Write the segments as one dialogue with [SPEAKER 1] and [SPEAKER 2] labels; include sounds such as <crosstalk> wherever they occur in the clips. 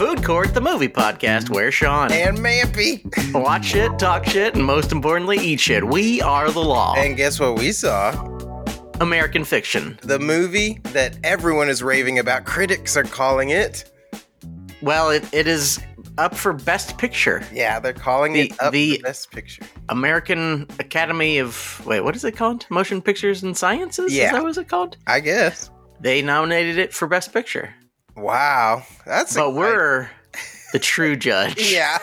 [SPEAKER 1] record the movie podcast where Sean
[SPEAKER 2] And Mampy.
[SPEAKER 1] watch shit, talk shit, and most importantly, eat shit. We are the law.
[SPEAKER 2] <laughs> And guess what we saw?
[SPEAKER 1] American fiction.
[SPEAKER 2] The movie that everyone is raving about. Critics are calling it.
[SPEAKER 1] Well, it, it is up for Best Picture.
[SPEAKER 2] Yeah, they're calling
[SPEAKER 1] The-
[SPEAKER 2] it up
[SPEAKER 1] the-
[SPEAKER 2] the best picture.
[SPEAKER 1] American Academy of wait, what is it called? Motion Pictures and Sciences? Is
[SPEAKER 2] Yeah.
[SPEAKER 1] that what it's called?
[SPEAKER 2] I guess.
[SPEAKER 1] They nominated it for Best Picture.
[SPEAKER 2] Wow, that's
[SPEAKER 1] but
[SPEAKER 2] exciting.
[SPEAKER 1] we're <laughs> the true
[SPEAKER 2] <laughs>
[SPEAKER 1] judge.
[SPEAKER 2] yeah.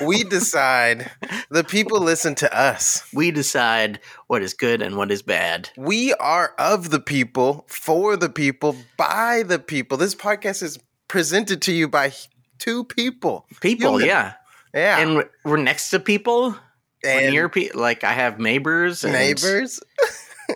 [SPEAKER 2] we decide. The people listen to us.
[SPEAKER 1] We decide what is good and what is bad.
[SPEAKER 2] We are of the people, for the people, by the people. This podcast is presented to you by two people.
[SPEAKER 1] People,
[SPEAKER 2] Human.
[SPEAKER 1] yeah.
[SPEAKER 2] Yeah,
[SPEAKER 1] And we're- we're next to people. we're
[SPEAKER 2] And
[SPEAKER 1] near pe- like I have neighbors. And
[SPEAKER 2] neighbors.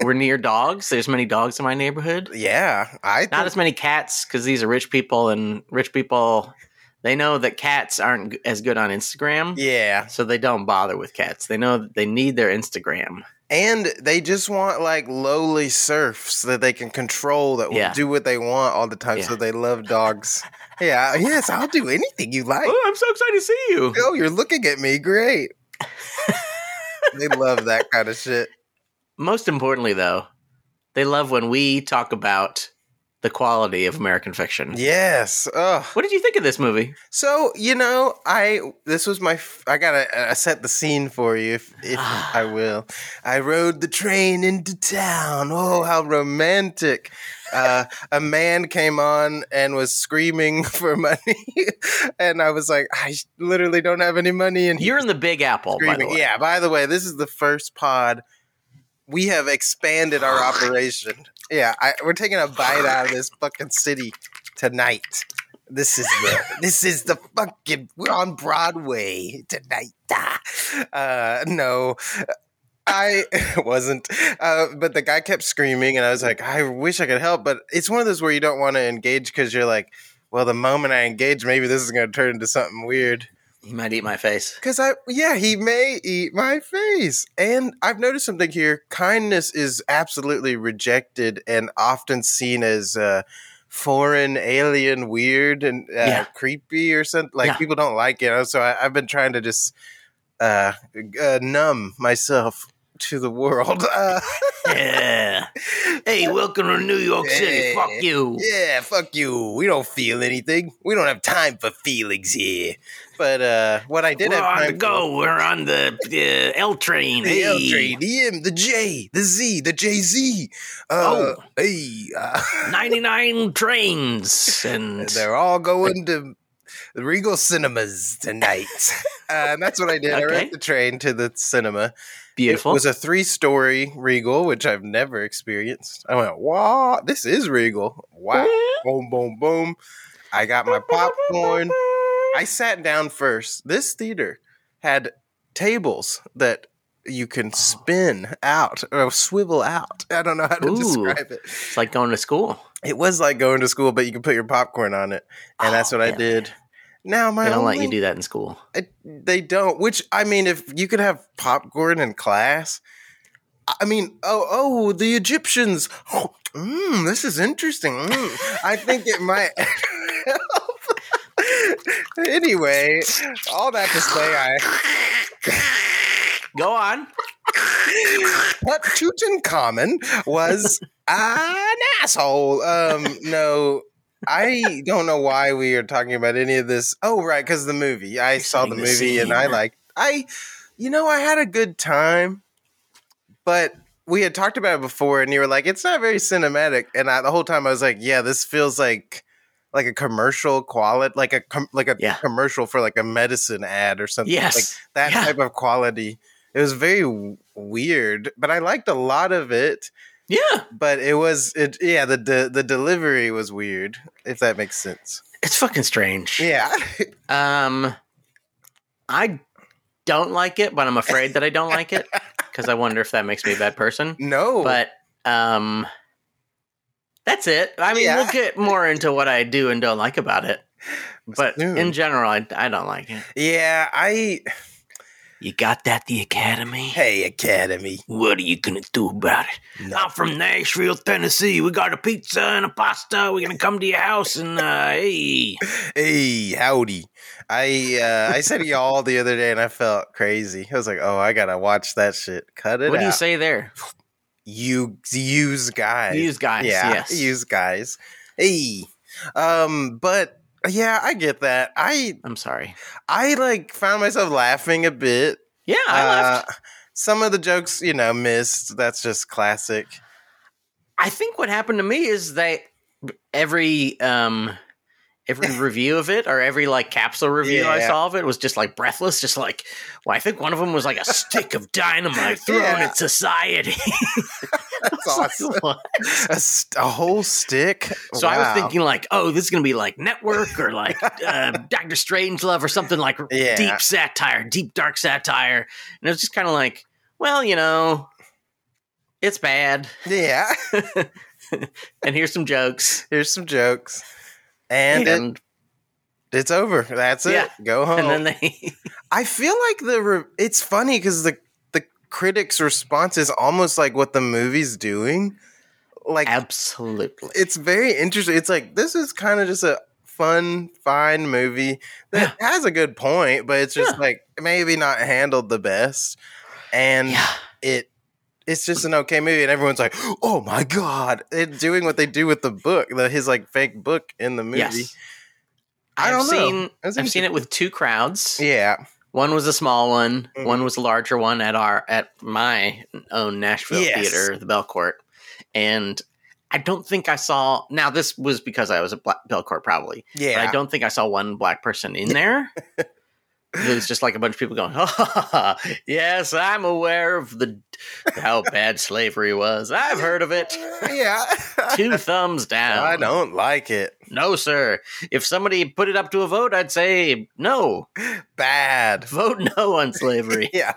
[SPEAKER 1] We're near dogs. There's many dogs in my neighborhood.
[SPEAKER 2] Yeah, I
[SPEAKER 1] Not
[SPEAKER 2] think
[SPEAKER 1] as many cats because these are rich people, and rich people they know that cats aren't g- as good on Instagram.
[SPEAKER 2] yeah,
[SPEAKER 1] So they don't bother with cats. They know that they need their Instagram.
[SPEAKER 2] and they just want like lowly serfs that they can control that will
[SPEAKER 1] Yeah.
[SPEAKER 2] do what they want all the time.
[SPEAKER 1] Yeah.
[SPEAKER 2] So they
[SPEAKER 1] <laughs>
[SPEAKER 2] love dogs. yeah, yes, I'll do anything you like.
[SPEAKER 1] I'm so excited to see you.
[SPEAKER 2] Oh, you're looking at
[SPEAKER 1] <laughs>
[SPEAKER 2] me. Great. they love that kind of shit.
[SPEAKER 1] Most importantly, though, they love when we talk about the quality of American fiction.
[SPEAKER 2] Yes. Ugh.
[SPEAKER 1] What did you think of this
[SPEAKER 2] <laughs>
[SPEAKER 1] movie?
[SPEAKER 2] So you know, I this was my f- I gotta uh, set the scene for you if if I will. I rode the train into town. Oh, how romantic! Uh, a man came on and was screaming <laughs> for money, and I was like, I sh- literally don't have any money. And he
[SPEAKER 1] You're in the Big Apple, by the
[SPEAKER 2] screaming.
[SPEAKER 1] way.
[SPEAKER 2] Yeah. By the way, this is the first pod. We have expanded our operation. Yeah, I, we're taking a bite out of this fucking city tonight. This is the this is the fucking we're on Broadway tonight. Ah. Uh, no, I <laughs> wasn't. Uh, but the guy kept screaming, and I was like, I wish I could help. But it's one of those where you don't want to engage because you're like, well, the moment I engage, maybe this is going to turn into something weird.
[SPEAKER 1] He might eat my
[SPEAKER 2] <laughs>
[SPEAKER 1] face.
[SPEAKER 2] Because I, yeah, he may eat my face. And I've noticed something here. Kindness is absolutely rejected and often seen as uh, foreign, alien, weird, and uh,
[SPEAKER 1] Yeah.
[SPEAKER 2] creepy or something. Like
[SPEAKER 1] Yeah.
[SPEAKER 2] people don't like it. So I, I've been trying to just uh, uh, numb myself to the world. <laughs> Uh,
[SPEAKER 1] yeah. Hey, welcome to New York City.
[SPEAKER 2] Yeah.
[SPEAKER 1] Fuck you.
[SPEAKER 2] yeah, fuck you. We don't feel anything. We don't have time for feelings here. But uh, what I did
[SPEAKER 1] We're
[SPEAKER 2] have
[SPEAKER 1] on the
[SPEAKER 2] time for-
[SPEAKER 1] go. We're on
[SPEAKER 2] <laughs>
[SPEAKER 1] the uh, L train.
[SPEAKER 2] The L
[SPEAKER 1] Hey.
[SPEAKER 2] train, the M, the J, the Z, the Jay Z. Uh,
[SPEAKER 1] Oh.
[SPEAKER 2] Hey, uh, <laughs>
[SPEAKER 1] 99 trains. And
[SPEAKER 2] they're all going to the Regal Cinemas
[SPEAKER 1] <laughs>
[SPEAKER 2] tonight. uh, and that's what I did. I
[SPEAKER 1] Okay.
[SPEAKER 2] rode the train to the cinema.
[SPEAKER 1] beautiful.
[SPEAKER 2] It was a three story Regal, which I've never experienced. I went, wow, this is Regal. Wow. boom, boom, boom. I got my popcorn. I sat down first. This theater had tables that you
[SPEAKER 1] Oh.
[SPEAKER 2] can spin out or swivel out. I don't know how to
[SPEAKER 1] Ooh.
[SPEAKER 2] describe it.
[SPEAKER 1] It's like going to school.
[SPEAKER 2] It was like going to school, but you could put your popcorn on it, and that's
[SPEAKER 1] Oh,
[SPEAKER 2] what I
[SPEAKER 1] yeah.
[SPEAKER 2] did. Now my
[SPEAKER 1] They don't
[SPEAKER 2] only,
[SPEAKER 1] let you do that in school.
[SPEAKER 2] I- they don't. Which I mean, if you could have popcorn in class, I mean, oh, oh, the Egyptians. <gasps> Oh, mm, this is interesting. Mm. I think it might. <laughs> help. <laughs> anyway, all that to say, I
[SPEAKER 1] Go on.
[SPEAKER 2] But Tutankhamun was an asshole. Um, no, I don't know why we are talking about any of this. Oh, right, because the movie. I saw
[SPEAKER 1] saying
[SPEAKER 2] the
[SPEAKER 1] the
[SPEAKER 2] movie and I
[SPEAKER 1] scene.
[SPEAKER 2] liked. I, you know, I had a good time, but we had talked about it before, and you were like, "It's not very cinematic," and I, the whole time I was like, "Yeah, this feels like." Like a commercial quality, like a com- like a
[SPEAKER 1] Yeah.
[SPEAKER 2] commercial for like a medicine ad or something.
[SPEAKER 1] Yes.
[SPEAKER 2] Like that
[SPEAKER 1] Yeah.
[SPEAKER 2] type of quality. It was very w- weird, but I liked a lot of it.
[SPEAKER 1] yeah.
[SPEAKER 2] But it was, it yeah, the de- the delivery was weird, if that makes sense.
[SPEAKER 1] It's fucking strange.
[SPEAKER 2] Yeah,
[SPEAKER 1] Um, I don't like it, but I'm afraid that I don't like it because I wonder if that makes me a bad person.
[SPEAKER 2] no,
[SPEAKER 1] But um, that's it. I mean,
[SPEAKER 2] Yeah.
[SPEAKER 1] we'll get more into what I do and don't like about it. But
[SPEAKER 2] Soon.
[SPEAKER 1] in general, I, I don't like it.
[SPEAKER 2] yeah, I
[SPEAKER 1] You got that, the Academy?
[SPEAKER 2] Hey, Academy.
[SPEAKER 1] What are you gonna do about it? I'm from Nashville, Tennessee. We got a pizza and a pasta. We're gonna come to your house and <laughs> uh, hey,
[SPEAKER 2] Hey, howdy. I uh, I said y'all the other day and I felt crazy. I was like, oh, I gotta watch that shit. Cut it
[SPEAKER 1] what do you
[SPEAKER 2] out.
[SPEAKER 1] say there?
[SPEAKER 2] You use guys.
[SPEAKER 1] Use guys.
[SPEAKER 2] yeah,
[SPEAKER 1] yes.
[SPEAKER 2] use guys. Hey, um, but yeah, I get that. I
[SPEAKER 1] I'm sorry.
[SPEAKER 2] I like found myself laughing a bit.
[SPEAKER 1] Yeah, I left.
[SPEAKER 2] Uh, some of the jokes, you know, missed. That's
[SPEAKER 1] <laughs>
[SPEAKER 2] just classic.
[SPEAKER 1] I think what happened to me is that every um
[SPEAKER 2] <laughs>
[SPEAKER 1] every review of it or every like capsule review I
[SPEAKER 2] Yeah.
[SPEAKER 1] saw of it was just like breathless, just like well, I think one of them was like a stick of dynamite thrown
[SPEAKER 2] <laughs> Yeah.
[SPEAKER 1] at society. <laughs>
[SPEAKER 2] That's
[SPEAKER 1] I was like,
[SPEAKER 2] awesome.
[SPEAKER 1] "What?"
[SPEAKER 2] A, st- a whole stick.
[SPEAKER 1] So I
[SPEAKER 2] Wow.
[SPEAKER 1] was thinking like, oh, this is gonna be like Network or like
[SPEAKER 2] <laughs>
[SPEAKER 1] uh, Doctor Strange Love or something like
[SPEAKER 2] Yeah.
[SPEAKER 1] deep satire, deep dark satire, and it was just kind of like, well, you know, it's bad,
[SPEAKER 2] yeah.
[SPEAKER 1] and here's some jokes,
[SPEAKER 2] Here's some jokes, and, it,
[SPEAKER 1] and,
[SPEAKER 2] it's over. That's it.
[SPEAKER 1] Yeah.
[SPEAKER 2] Go home.
[SPEAKER 1] and then they, <laughs>
[SPEAKER 2] I feel like the re- it's funny because the the critics' response is almost like what the movie's doing. Like
[SPEAKER 1] absolutely,
[SPEAKER 2] it's very interesting. It's like this is kind of just a fun, fine movie that has a good point, but it's just
[SPEAKER 1] Yeah.
[SPEAKER 2] like maybe not handled the best, and
[SPEAKER 1] yeah.
[SPEAKER 2] it it's just an okay movie, and everyone's like, "Oh my god!" It's doing what they do with the book, the, his like fake book in the movie.
[SPEAKER 1] Yes.
[SPEAKER 2] I
[SPEAKER 1] I've
[SPEAKER 2] don't know.
[SPEAKER 1] seen
[SPEAKER 2] That's
[SPEAKER 1] I've seen it with two crowds.
[SPEAKER 2] Yeah,
[SPEAKER 1] One was a small one,
[SPEAKER 2] Mhm.
[SPEAKER 1] one was a larger one at our at my own Nashville
[SPEAKER 2] Yes.
[SPEAKER 1] theater, the Belcourt. And I don't think I saw now this was because I was at Black, Belcourt probably. But I
[SPEAKER 2] yeah.
[SPEAKER 1] don't think I saw one black person in
[SPEAKER 2] <laughs>
[SPEAKER 1] there. it was just like a bunch of people going, <laughs> oh, "Yes, I'm aware of the how bad slavery was. I've heard of it."
[SPEAKER 2] <laughs> yeah.
[SPEAKER 1] <laughs>
[SPEAKER 2] <laughs>
[SPEAKER 1] Two thumbs down.
[SPEAKER 2] I don't like it.
[SPEAKER 1] No, sir. If somebody put it up to a vote, I'd say no. <laughs>
[SPEAKER 2] Bad.
[SPEAKER 1] Vote no on slavery.
[SPEAKER 2] Yeah.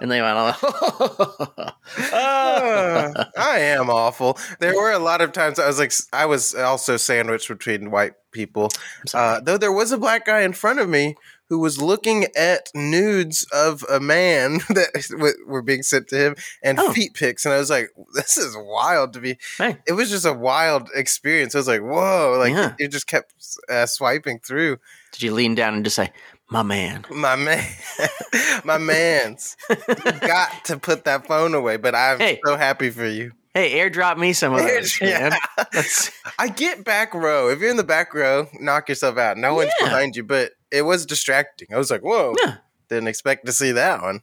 [SPEAKER 1] and they went "Oh."
[SPEAKER 2] <laughs>
[SPEAKER 1] all.
[SPEAKER 2] Uh,
[SPEAKER 1] Ah,
[SPEAKER 2] <laughs> I am awful. There were a lot of times I was like, I was also sandwiched between white people. Uh, though there was a black guy in front of me who was looking at nudes of a man <laughs> that w- were being sent to him and
[SPEAKER 1] Oh.
[SPEAKER 2] feet pics, and I was like, this is wild to be.
[SPEAKER 1] Hey.
[SPEAKER 2] It was just a wild experience. I was like, whoa! Like
[SPEAKER 1] Yeah.
[SPEAKER 2] it just kept uh, swiping through
[SPEAKER 1] Did you lean down and just say, "My man"?
[SPEAKER 2] my man, <laughs> my man's. you got to put that phone away. But I'm
[SPEAKER 1] Hey.
[SPEAKER 2] so happy for you.
[SPEAKER 1] Hey, airdrop me some of those. man.
[SPEAKER 2] Yeah.
[SPEAKER 1] That's-
[SPEAKER 2] <laughs> I get back row. If you're in the back row, knock yourself out. No one's
[SPEAKER 1] Yeah.
[SPEAKER 2] behind you, but it was distracting. I was like, whoa.
[SPEAKER 1] Yeah.
[SPEAKER 2] Didn't expect to see
[SPEAKER 1] <laughs>
[SPEAKER 2] that one.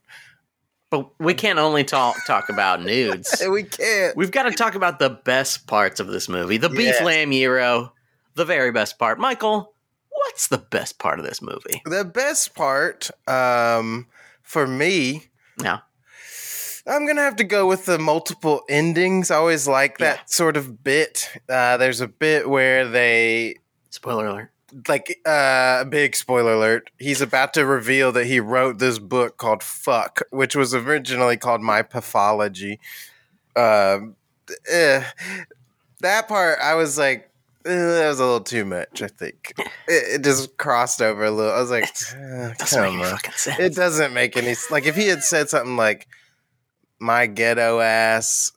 [SPEAKER 1] but we can't only talk talk about nudes.
[SPEAKER 2] <laughs> And we can't.
[SPEAKER 1] We've got to talk about the best parts of this movie: the beef
[SPEAKER 2] Yes.
[SPEAKER 1] lamb gyro, the very best part. Michael, what's the best part of this movie?
[SPEAKER 2] The best part um, for me,
[SPEAKER 1] Now,
[SPEAKER 2] I'm going to have to go with the multiple endings. I always like that
[SPEAKER 1] Yeah.
[SPEAKER 2] sort of bit. Uh, there's a bit where they
[SPEAKER 1] spoiler alert.
[SPEAKER 2] like uh big spoiler alert he's about to reveal that he wrote this book called fuck which was originally called my pathology um eh. that part i was like eh, that was a little too much i think it, it just crossed over a little i was like eh,
[SPEAKER 1] Doesn't
[SPEAKER 2] come
[SPEAKER 1] make any
[SPEAKER 2] on
[SPEAKER 1] fucking sense.
[SPEAKER 2] it doesn't make any s- like if he had said something like my ghetto ass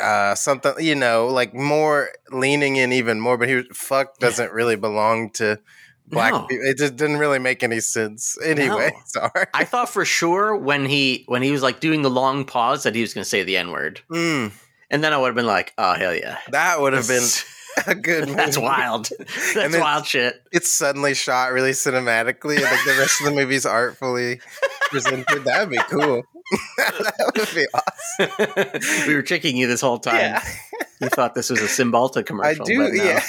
[SPEAKER 2] uh something you know like more leaning in even more but he was fuck doesn't really belong to black
[SPEAKER 1] No.
[SPEAKER 2] people it just didn't really make any sense anyway <laughs>
[SPEAKER 1] No.
[SPEAKER 2] sorry
[SPEAKER 1] I thought for sure when he when he was like doing the long pause that he was going to say the n word,
[SPEAKER 2] Mm,
[SPEAKER 1] and then I would have been like, "Oh hell yeah,
[SPEAKER 2] that would have been a
[SPEAKER 1] <laughs>
[SPEAKER 2] good
[SPEAKER 1] that's
[SPEAKER 2] movie.
[SPEAKER 1] wild, that's
[SPEAKER 2] then-
[SPEAKER 1] wild shit."
[SPEAKER 2] it's suddenly shot really cinematically and like the rest of the movie's artfully presented that'd be cool <laughs> that would be awesome <laughs>
[SPEAKER 1] we were tricking you this whole time.
[SPEAKER 2] Yeah.
[SPEAKER 1] You thought this was a Cymbalta
[SPEAKER 2] i
[SPEAKER 1] commercial.
[SPEAKER 2] do
[SPEAKER 1] but no,
[SPEAKER 2] yeah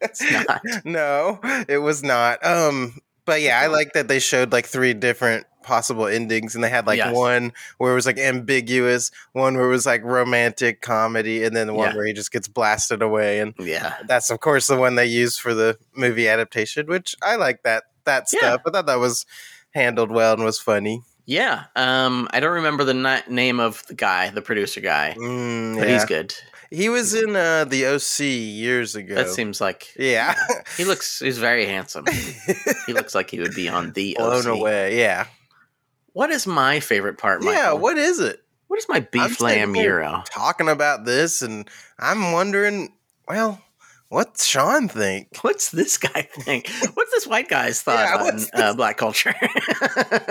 [SPEAKER 1] It's <laughs> not.
[SPEAKER 2] <laughs> no, it was not. Um, but yeah, I like that they showed like three different possible endings, and they had like
[SPEAKER 1] Yes.
[SPEAKER 2] one where it was like ambiguous, one where it was like romantic comedy, and then the one
[SPEAKER 1] Yeah.
[SPEAKER 2] where he just gets blasted away. And
[SPEAKER 1] Yeah.
[SPEAKER 2] that's of course the one they used for the movie adaptation, which I like that that
[SPEAKER 1] Yeah.
[SPEAKER 2] stuff. I thought that was handled well and was funny.
[SPEAKER 1] Yeah. Um, I don't remember the ni- name of the guy, the producer guy,
[SPEAKER 2] Mm,
[SPEAKER 1] but
[SPEAKER 2] yeah.
[SPEAKER 1] he's good.
[SPEAKER 2] He was in uh, the OC years ago.
[SPEAKER 1] That seems like <laughs>
[SPEAKER 2] yeah, <laughs>
[SPEAKER 1] he looks. He's very handsome. he looks like he would be on the.
[SPEAKER 2] <laughs>
[SPEAKER 1] OC.
[SPEAKER 2] blown away. Yeah,
[SPEAKER 1] What is my favorite part? Michael?
[SPEAKER 2] yeah. What is it?
[SPEAKER 1] What is my
[SPEAKER 2] I'm
[SPEAKER 1] beef
[SPEAKER 2] sitting
[SPEAKER 1] lamb
[SPEAKER 2] here
[SPEAKER 1] euro?
[SPEAKER 2] Talking about this, and I'm wondering, well, what's Sean think?
[SPEAKER 1] <laughs> What's this guy think? What's this white guy's thought
[SPEAKER 2] <laughs> Yeah,
[SPEAKER 1] on
[SPEAKER 2] what's
[SPEAKER 1] uh, black
[SPEAKER 2] <laughs>
[SPEAKER 1] culture? <laughs>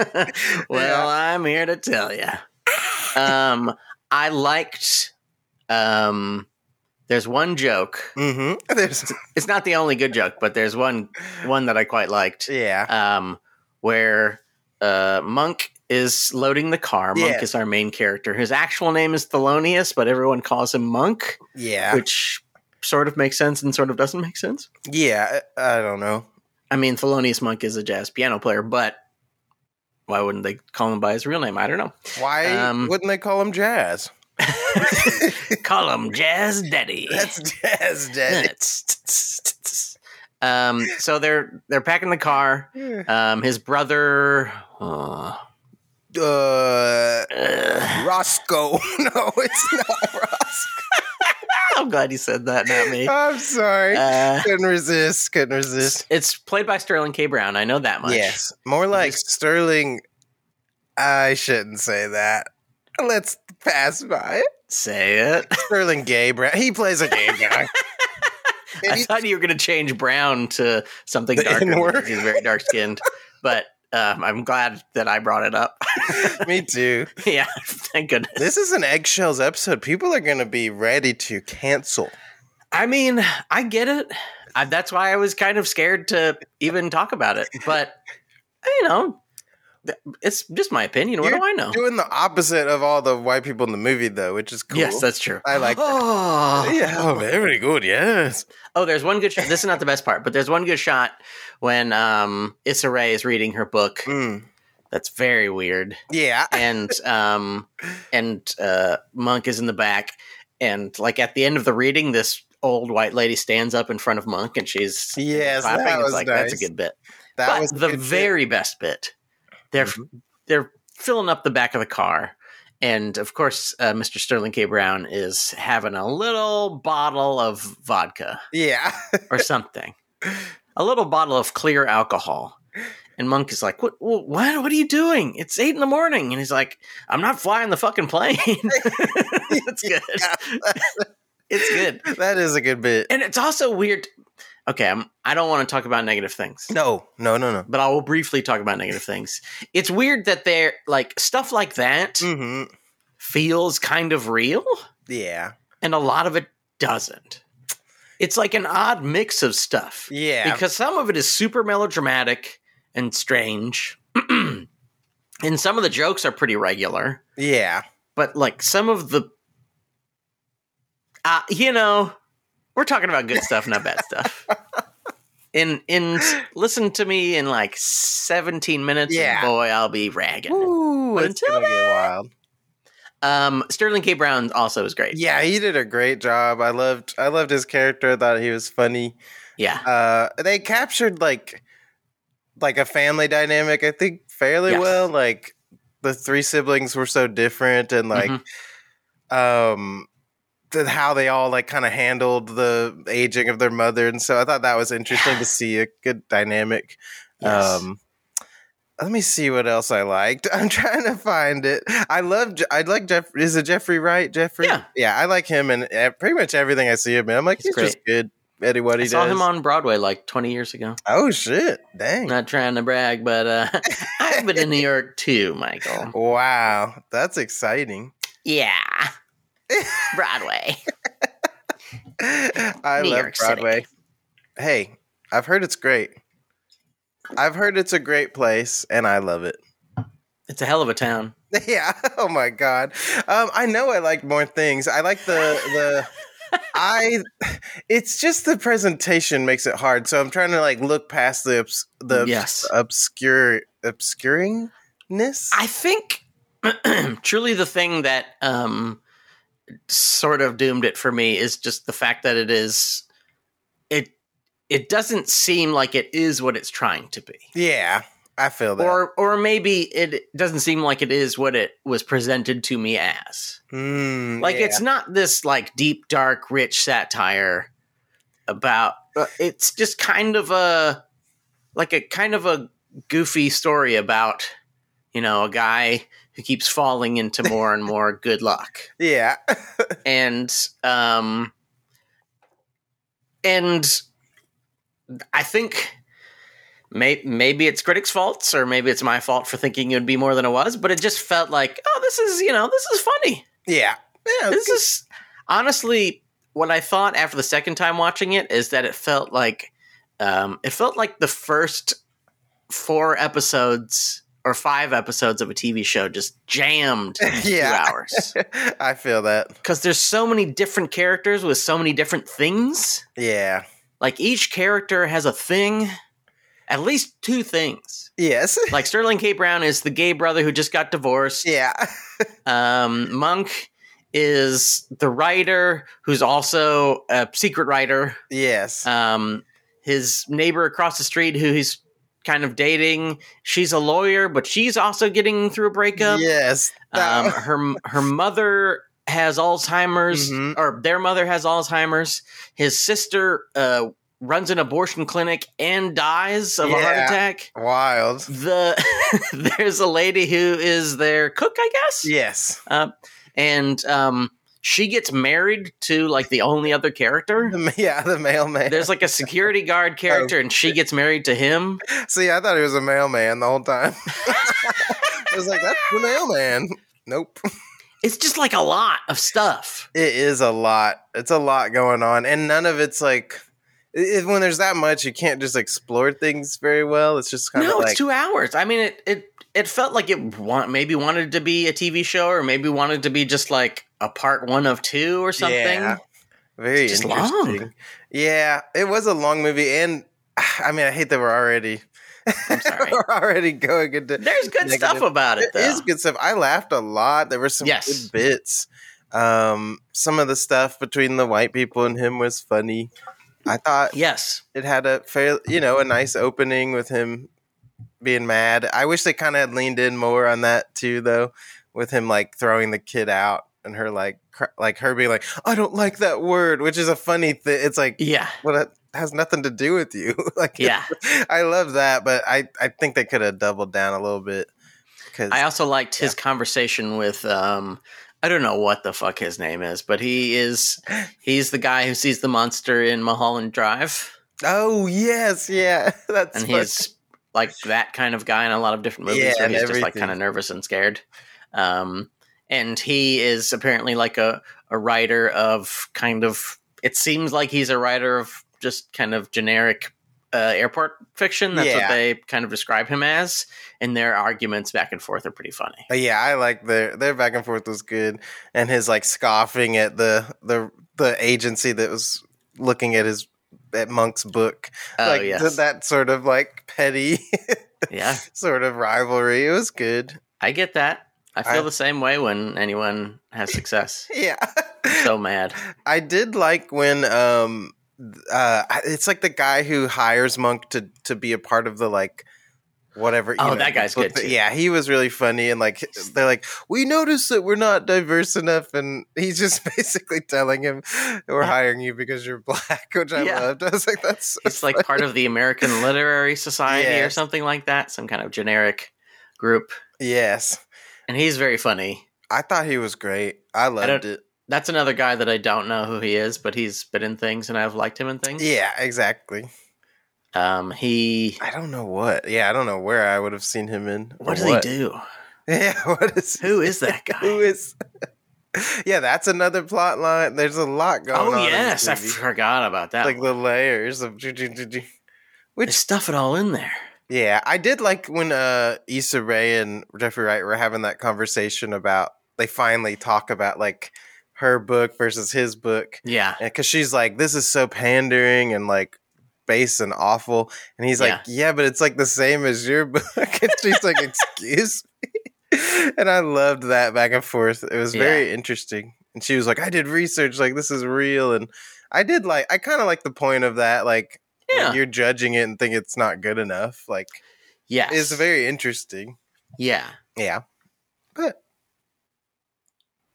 [SPEAKER 1] well, I'm here to tell you. Um, I liked. Um, there's one joke.
[SPEAKER 2] Mm-hmm. <laughs> There's,
[SPEAKER 1] It's not the only good joke, but there's one one that I quite liked.
[SPEAKER 2] yeah,
[SPEAKER 1] um, where uh, Monk is loading the car. Monk
[SPEAKER 2] Yeah.
[SPEAKER 1] is our main character. His actual name is Thelonious, but everyone calls him Monk,
[SPEAKER 2] yeah,
[SPEAKER 1] which sort of makes sense and sort of doesn't make sense.
[SPEAKER 2] yeah. I I don't know.
[SPEAKER 1] I mean, Thelonious Monk is a jazz piano player, but why wouldn't they call him by his real name? I don't
[SPEAKER 2] <laughs>
[SPEAKER 1] know.
[SPEAKER 2] Why
[SPEAKER 1] Um,
[SPEAKER 2] wouldn't they call him Jazz?
[SPEAKER 1] call him Jazz Daddy. <laughs>
[SPEAKER 2] That's Jazz Daddy.
[SPEAKER 1] um, so they're they're packing the car. Um, his brother. uh,
[SPEAKER 2] <laughs> Uh,
[SPEAKER 1] uh,
[SPEAKER 2] Roscoe. <laughs> No, it's not Roscoe.
[SPEAKER 1] I'm glad you said that, not me.
[SPEAKER 2] <laughs> I'm <laughs> sorry.
[SPEAKER 1] Uh,
[SPEAKER 2] couldn't resist. Couldn't resist.
[SPEAKER 1] it's played by Sterling K. Brown. I know that much.
[SPEAKER 2] Yes, more like Sterling. I shouldn't say that. Let's pass by it.
[SPEAKER 1] Say it.
[SPEAKER 2] Sterling Gay Brown. He plays a gay guy.
[SPEAKER 1] <laughs> I
[SPEAKER 2] Maybe-
[SPEAKER 1] thought you were going to change Brown to something
[SPEAKER 2] The
[SPEAKER 1] darker.
[SPEAKER 2] N-word.
[SPEAKER 1] because He's very dark skinned. but um, I'm glad that I brought it up.
[SPEAKER 2] me too.
[SPEAKER 1] <laughs> yeah. Thank goodness.
[SPEAKER 2] This is an eggshells episode. People are going to be ready to cancel.
[SPEAKER 1] I mean, I get it. I, that's why I was kind of scared to even talk about it. But, you know, th- it's just my opinion. What do I know?
[SPEAKER 2] Doing the opposite of all the white people in the movie, though, which is cool.
[SPEAKER 1] Yes, that's true.
[SPEAKER 2] I like that.
[SPEAKER 1] Oh.
[SPEAKER 2] yeah, oh, very good. Yes.
[SPEAKER 1] Oh, there's one good shot. This is not the best part, but there's one good shot when um, Issa Rae is reading her book.
[SPEAKER 2] Mm.
[SPEAKER 1] That's very weird.
[SPEAKER 2] Yeah.
[SPEAKER 1] And um, and uh, Monk is in the back, and like at the end of the reading, this old white lady stands up in front of Monk, and she's
[SPEAKER 2] Yes,
[SPEAKER 1] clapping.
[SPEAKER 2] that
[SPEAKER 1] It's
[SPEAKER 2] was
[SPEAKER 1] like
[SPEAKER 2] nice.
[SPEAKER 1] that's a good bit.
[SPEAKER 2] That
[SPEAKER 1] but
[SPEAKER 2] was a
[SPEAKER 1] the
[SPEAKER 2] good bit. Mm-hmm.
[SPEAKER 1] very best bit. They're they're filling up the back of the car. And of course, uh, Mr. Sterling K. Brown is having a little bottle of vodka
[SPEAKER 2] Yeah. <laughs>
[SPEAKER 1] or something. A little bottle of clear alcohol. And Monk is like, what, what, what, what are you doing? It's eight in the morning. And he's like, I'm not flying the fucking plane. <laughs> it's good. It's good.
[SPEAKER 2] That is a good bit.
[SPEAKER 1] And it's also weird. Okay, I'm, I don't want to talk about negative things,
[SPEAKER 2] No, no, no, no.
[SPEAKER 1] but I will briefly talk about negative things. It's weird that they're like stuff like that
[SPEAKER 2] Mm-hmm.
[SPEAKER 1] feels kind of real,
[SPEAKER 2] Yeah.
[SPEAKER 1] and a lot of it doesn't. It's like an odd mix of stuff.
[SPEAKER 2] Yeah.
[SPEAKER 1] because some of it is super melodramatic and strange <clears throat> and some of the jokes are pretty regular
[SPEAKER 2] yeah.
[SPEAKER 1] but like some of the uh, you know we're talking about good stuff not bad
[SPEAKER 2] <laughs>
[SPEAKER 1] stuff in in listen to me in like 17 minutes
[SPEAKER 2] Yeah.
[SPEAKER 1] and boy i'll be ragging
[SPEAKER 2] Ooh,
[SPEAKER 1] But
[SPEAKER 2] it's
[SPEAKER 1] until
[SPEAKER 2] gonna get wild.
[SPEAKER 1] um sterling k brown also is great
[SPEAKER 2] Yeah, he did a great job. I loved I loved his character. I thought he was funny.
[SPEAKER 1] yeah
[SPEAKER 2] Uh they captured like like a family dynamic, I think, fairly
[SPEAKER 1] Yes.
[SPEAKER 2] well. Like the three siblings were so different and like
[SPEAKER 1] Mhm. Mm-hmm.
[SPEAKER 2] um th- how they all like kind of handled the aging of their mother and so i thought that was interesting to see a good dynamic
[SPEAKER 1] Mm-hmm. Yes.
[SPEAKER 2] um let me see what else i liked <laughs> i'm trying to find it i love Je- i like jeff is it jeffrey right jeffrey
[SPEAKER 1] Yeah.
[SPEAKER 2] yeah i like him and pretty much everything i see him in i'm like
[SPEAKER 1] He's
[SPEAKER 2] he's, just good at what
[SPEAKER 1] i
[SPEAKER 2] he
[SPEAKER 1] saw
[SPEAKER 2] does
[SPEAKER 1] him on broadway like 20 years ago
[SPEAKER 2] oh shit dang
[SPEAKER 1] not trying to brag but uh <laughs> i've been in
[SPEAKER 2] <laughs>
[SPEAKER 1] new york too michael
[SPEAKER 2] wow that's exciting <laughs>
[SPEAKER 1] Yeah. Broadway.
[SPEAKER 2] I
[SPEAKER 1] New
[SPEAKER 2] love
[SPEAKER 1] York City.
[SPEAKER 2] Broadway. Hey, I've heard it's great. I've heard it's a great place, and I love it. <laughs>
[SPEAKER 1] It's a hell of a town.
[SPEAKER 2] Yeah. Oh my god. Um, I know I like more things. I like the the. I. It's just the presentation makes it hard. So I'm trying to like look past the obs- the
[SPEAKER 1] yes.
[SPEAKER 2] obscure obscuringness.
[SPEAKER 1] I think <clears throat> truly the thing that um sort of doomed it for me is just the fact that it is it it doesn't seem like it is what it's trying to be.
[SPEAKER 2] yeah. I feel that.
[SPEAKER 1] Or or maybe it doesn't seem like it is what it was presented to me as.
[SPEAKER 2] Mm,
[SPEAKER 1] Like
[SPEAKER 2] yeah.
[SPEAKER 1] it's not this like deep, dark, rich satire about uh, it's just kind of a like a kind of a goofy story about, you know, a guy who keeps falling into more and more good luck.
[SPEAKER 2] yeah.
[SPEAKER 1] and um and i think may, maybe it's critics faults or maybe it's my fault for thinking it would be more than it was but it just felt like oh this is you know this is funny
[SPEAKER 2] Yeah. Yeah.
[SPEAKER 1] this is honestly what i thought after the second time watching it is that it felt like um it felt like the first four episodes or five episodes of a tv show just <laughs> jammed in
[SPEAKER 2] Yeah.
[SPEAKER 1] two hours <laughs>
[SPEAKER 2] <laughs> I feel that.
[SPEAKER 1] because there's so many different characters with so many different things.
[SPEAKER 2] Yeah.
[SPEAKER 1] Like each character has a thing, at least two things.
[SPEAKER 2] Yes. <laughs>
[SPEAKER 1] Like Sterling K. Brown is the gay brother who just got divorced.
[SPEAKER 2] Yeah.
[SPEAKER 1] Um, Monk is the writer who's also a secret writer.
[SPEAKER 2] Yes.
[SPEAKER 1] Um, his neighbor across the street who he's kind of dating. She's a lawyer, but she's also getting through a breakup.
[SPEAKER 2] yes.
[SPEAKER 1] Um,
[SPEAKER 2] That-
[SPEAKER 1] her her mother has Alzheimer's,
[SPEAKER 2] Mhm.
[SPEAKER 1] or their mother has Alzheimer's. His sister uh, runs an abortion clinic and dies of a heart
[SPEAKER 2] Yeah.
[SPEAKER 1] attack.
[SPEAKER 2] wild.
[SPEAKER 1] The <laughs> there's a lady who is their cook, I guess,
[SPEAKER 2] Yes.
[SPEAKER 1] <laughs> and um, she gets married to like the only other character.
[SPEAKER 2] The ma- yeah, the mailman.
[SPEAKER 1] There's like a security
[SPEAKER 2] <laughs> Oh,
[SPEAKER 1] guard character, and she gets married to him.
[SPEAKER 2] See, I thought he was a mailman the
[SPEAKER 1] <laughs>
[SPEAKER 2] whole time. I was like, that's the mailman. Nope.
[SPEAKER 1] It's just like a lot of stuff.
[SPEAKER 2] It is a lot. It's a lot going on, and none of it's like i- when there's that much, you can't just explore things very well. It's just kind
[SPEAKER 1] no,
[SPEAKER 2] of like
[SPEAKER 1] it's two hours. I mean, it it it felt like it want maybe wanted to be a TV show or maybe wanted to be just like a part one of two or something.
[SPEAKER 2] Yeah. very
[SPEAKER 1] It's just long.
[SPEAKER 2] interesting. Yeah, it was a long movie, and <sighs> I mean, I hate that we're already <laughs>
[SPEAKER 1] I'm sorry.
[SPEAKER 2] we're already going into
[SPEAKER 1] There's good
[SPEAKER 2] Negative.
[SPEAKER 1] stuff about it though.
[SPEAKER 2] There is good stuff. I laughed a lot. There were some
[SPEAKER 1] Yes.
[SPEAKER 2] good bits. Um, some of the stuff between the white people and him was funny. I thought
[SPEAKER 1] Yes.
[SPEAKER 2] it had a fair, you know, a nice opening with him being mad. I wish they kind of had leaned in more on that too, though, with him like throwing the kid out and her like, cr- like her being like, "I don't like that word," which is a funny thing. It's like,
[SPEAKER 1] Yeah.
[SPEAKER 2] well, that has nothing to do with you. <laughs> like,
[SPEAKER 1] Yeah.
[SPEAKER 2] I love that, but I I think they could have doubled down a little bit because
[SPEAKER 1] I also liked his conversation with um I don't know what the fuck his name is, but he is he's the guy who sees the monster in Mulholland Drive.
[SPEAKER 2] Oh yes, yeah. <laughs> That's
[SPEAKER 1] and
[SPEAKER 2] funny.
[SPEAKER 1] he's like that kind of guy in a lot of different movies
[SPEAKER 2] Yeah,
[SPEAKER 1] where
[SPEAKER 2] and
[SPEAKER 1] he's just like
[SPEAKER 2] everything.
[SPEAKER 1] kind of nervous and scared. Um, and he is apparently like a, a writer of kind of it seems like he's a writer of just kind of generic uh, airport fiction. That's
[SPEAKER 2] Yeah.
[SPEAKER 1] what they kind of describe him as. And their arguments back and forth are pretty funny.
[SPEAKER 2] But yeah, I like their their back and forth was good, and his like scoffing at the the the agency that was looking at his at Monk's book,
[SPEAKER 1] Oh
[SPEAKER 2] like
[SPEAKER 1] yes.
[SPEAKER 2] th- that sort of like petty <laughs>
[SPEAKER 1] yeah.
[SPEAKER 2] sort of rivalry. It was good.
[SPEAKER 1] I get that. I feel
[SPEAKER 2] I-
[SPEAKER 1] the same way when anyone has success.
[SPEAKER 2] Yeah,
[SPEAKER 1] I'm
[SPEAKER 2] <laughs>
[SPEAKER 1] so mad.
[SPEAKER 2] I did like when um uh it's like the guy who hires Monk to to be a part of the like whatever. you
[SPEAKER 1] Oh, that guy's
[SPEAKER 2] book-
[SPEAKER 1] good, too.
[SPEAKER 2] Yeah, he was really funny and like they're like we noticed that we're not diverse enough, and he's just <laughs> basically telling him we're hiring you because you're black, which I
[SPEAKER 1] Uh Yeah.
[SPEAKER 2] loved. I was like, that's
[SPEAKER 1] It's like part of the American Literary Society or
[SPEAKER 2] Yes.
[SPEAKER 1] something like that, some kind of generic group.
[SPEAKER 2] yes.
[SPEAKER 1] And he's very funny.
[SPEAKER 2] I thought he was great. I loved
[SPEAKER 1] don't-
[SPEAKER 2] it.
[SPEAKER 1] That's another guy that I don't know who he is, but he's been in things and I've liked him in things.
[SPEAKER 2] Yeah, exactly.
[SPEAKER 1] Um, he
[SPEAKER 2] I don't know what. Yeah, I don't know where I would have seen him in. or
[SPEAKER 1] what does he do?
[SPEAKER 2] <laughs> Yeah, what is
[SPEAKER 1] Who is that guy?
[SPEAKER 2] <laughs> Who is? yeah, that's another plot line. There's a lot going on.
[SPEAKER 1] oh
[SPEAKER 2] in
[SPEAKER 1] yes, I
[SPEAKER 2] this movie.
[SPEAKER 1] forgot about that.
[SPEAKER 2] like
[SPEAKER 1] one.
[SPEAKER 2] the layers of.
[SPEAKER 1] They stuff it all in there.
[SPEAKER 2] Yeah, I did like when uh Issa Rae and Jeffrey Wright were having that conversation about they finally talk about like her book versus his book
[SPEAKER 1] Yeah.
[SPEAKER 2] because she's like, this is so pandering and like base and awful, and he's like, yeah, but it's like the same as your <laughs> book, and
[SPEAKER 1] <laughs>
[SPEAKER 2] she's like, excuse me, and I loved that back and forth. It was very interesting, and she was like, I did research, like this is real, and I did like, I kind of like the point of that, like. when
[SPEAKER 1] Yeah.
[SPEAKER 2] You're judging it and think it's not good enough. Like,
[SPEAKER 1] Yes.
[SPEAKER 2] It's very interesting. <laughs>
[SPEAKER 1] yeah.
[SPEAKER 2] Yeah. Uh,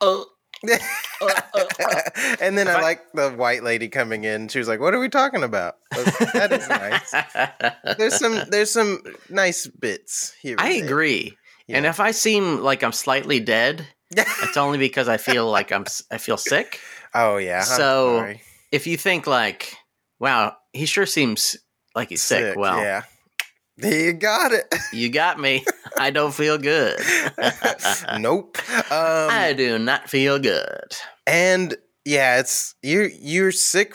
[SPEAKER 1] Oh. oh,
[SPEAKER 2] <laughs>
[SPEAKER 1] oh, oh.
[SPEAKER 2] and then
[SPEAKER 1] If
[SPEAKER 2] I,
[SPEAKER 1] I-
[SPEAKER 2] like the white lady coming in. She was like, "What are we talking about?" I was like,
[SPEAKER 1] <laughs>
[SPEAKER 2] that is nice. There's some there's some nice bits here.
[SPEAKER 1] I
[SPEAKER 2] and there.
[SPEAKER 1] agree. And
[SPEAKER 2] Yeah.
[SPEAKER 1] if I seem like I'm slightly dead, it's only because I feel like I'm s- I feel sick.
[SPEAKER 2] <laughs> oh yeah. I'm
[SPEAKER 1] So,
[SPEAKER 2] sorry.
[SPEAKER 1] If you think like, wow, he sure seems like he's sick. Well,
[SPEAKER 2] yeah. You got
[SPEAKER 1] <laughs>
[SPEAKER 2] it.
[SPEAKER 1] you got me. I don't feel good.
[SPEAKER 2] nope. Um,
[SPEAKER 1] I do not feel good.
[SPEAKER 2] and yeah it's you you're sick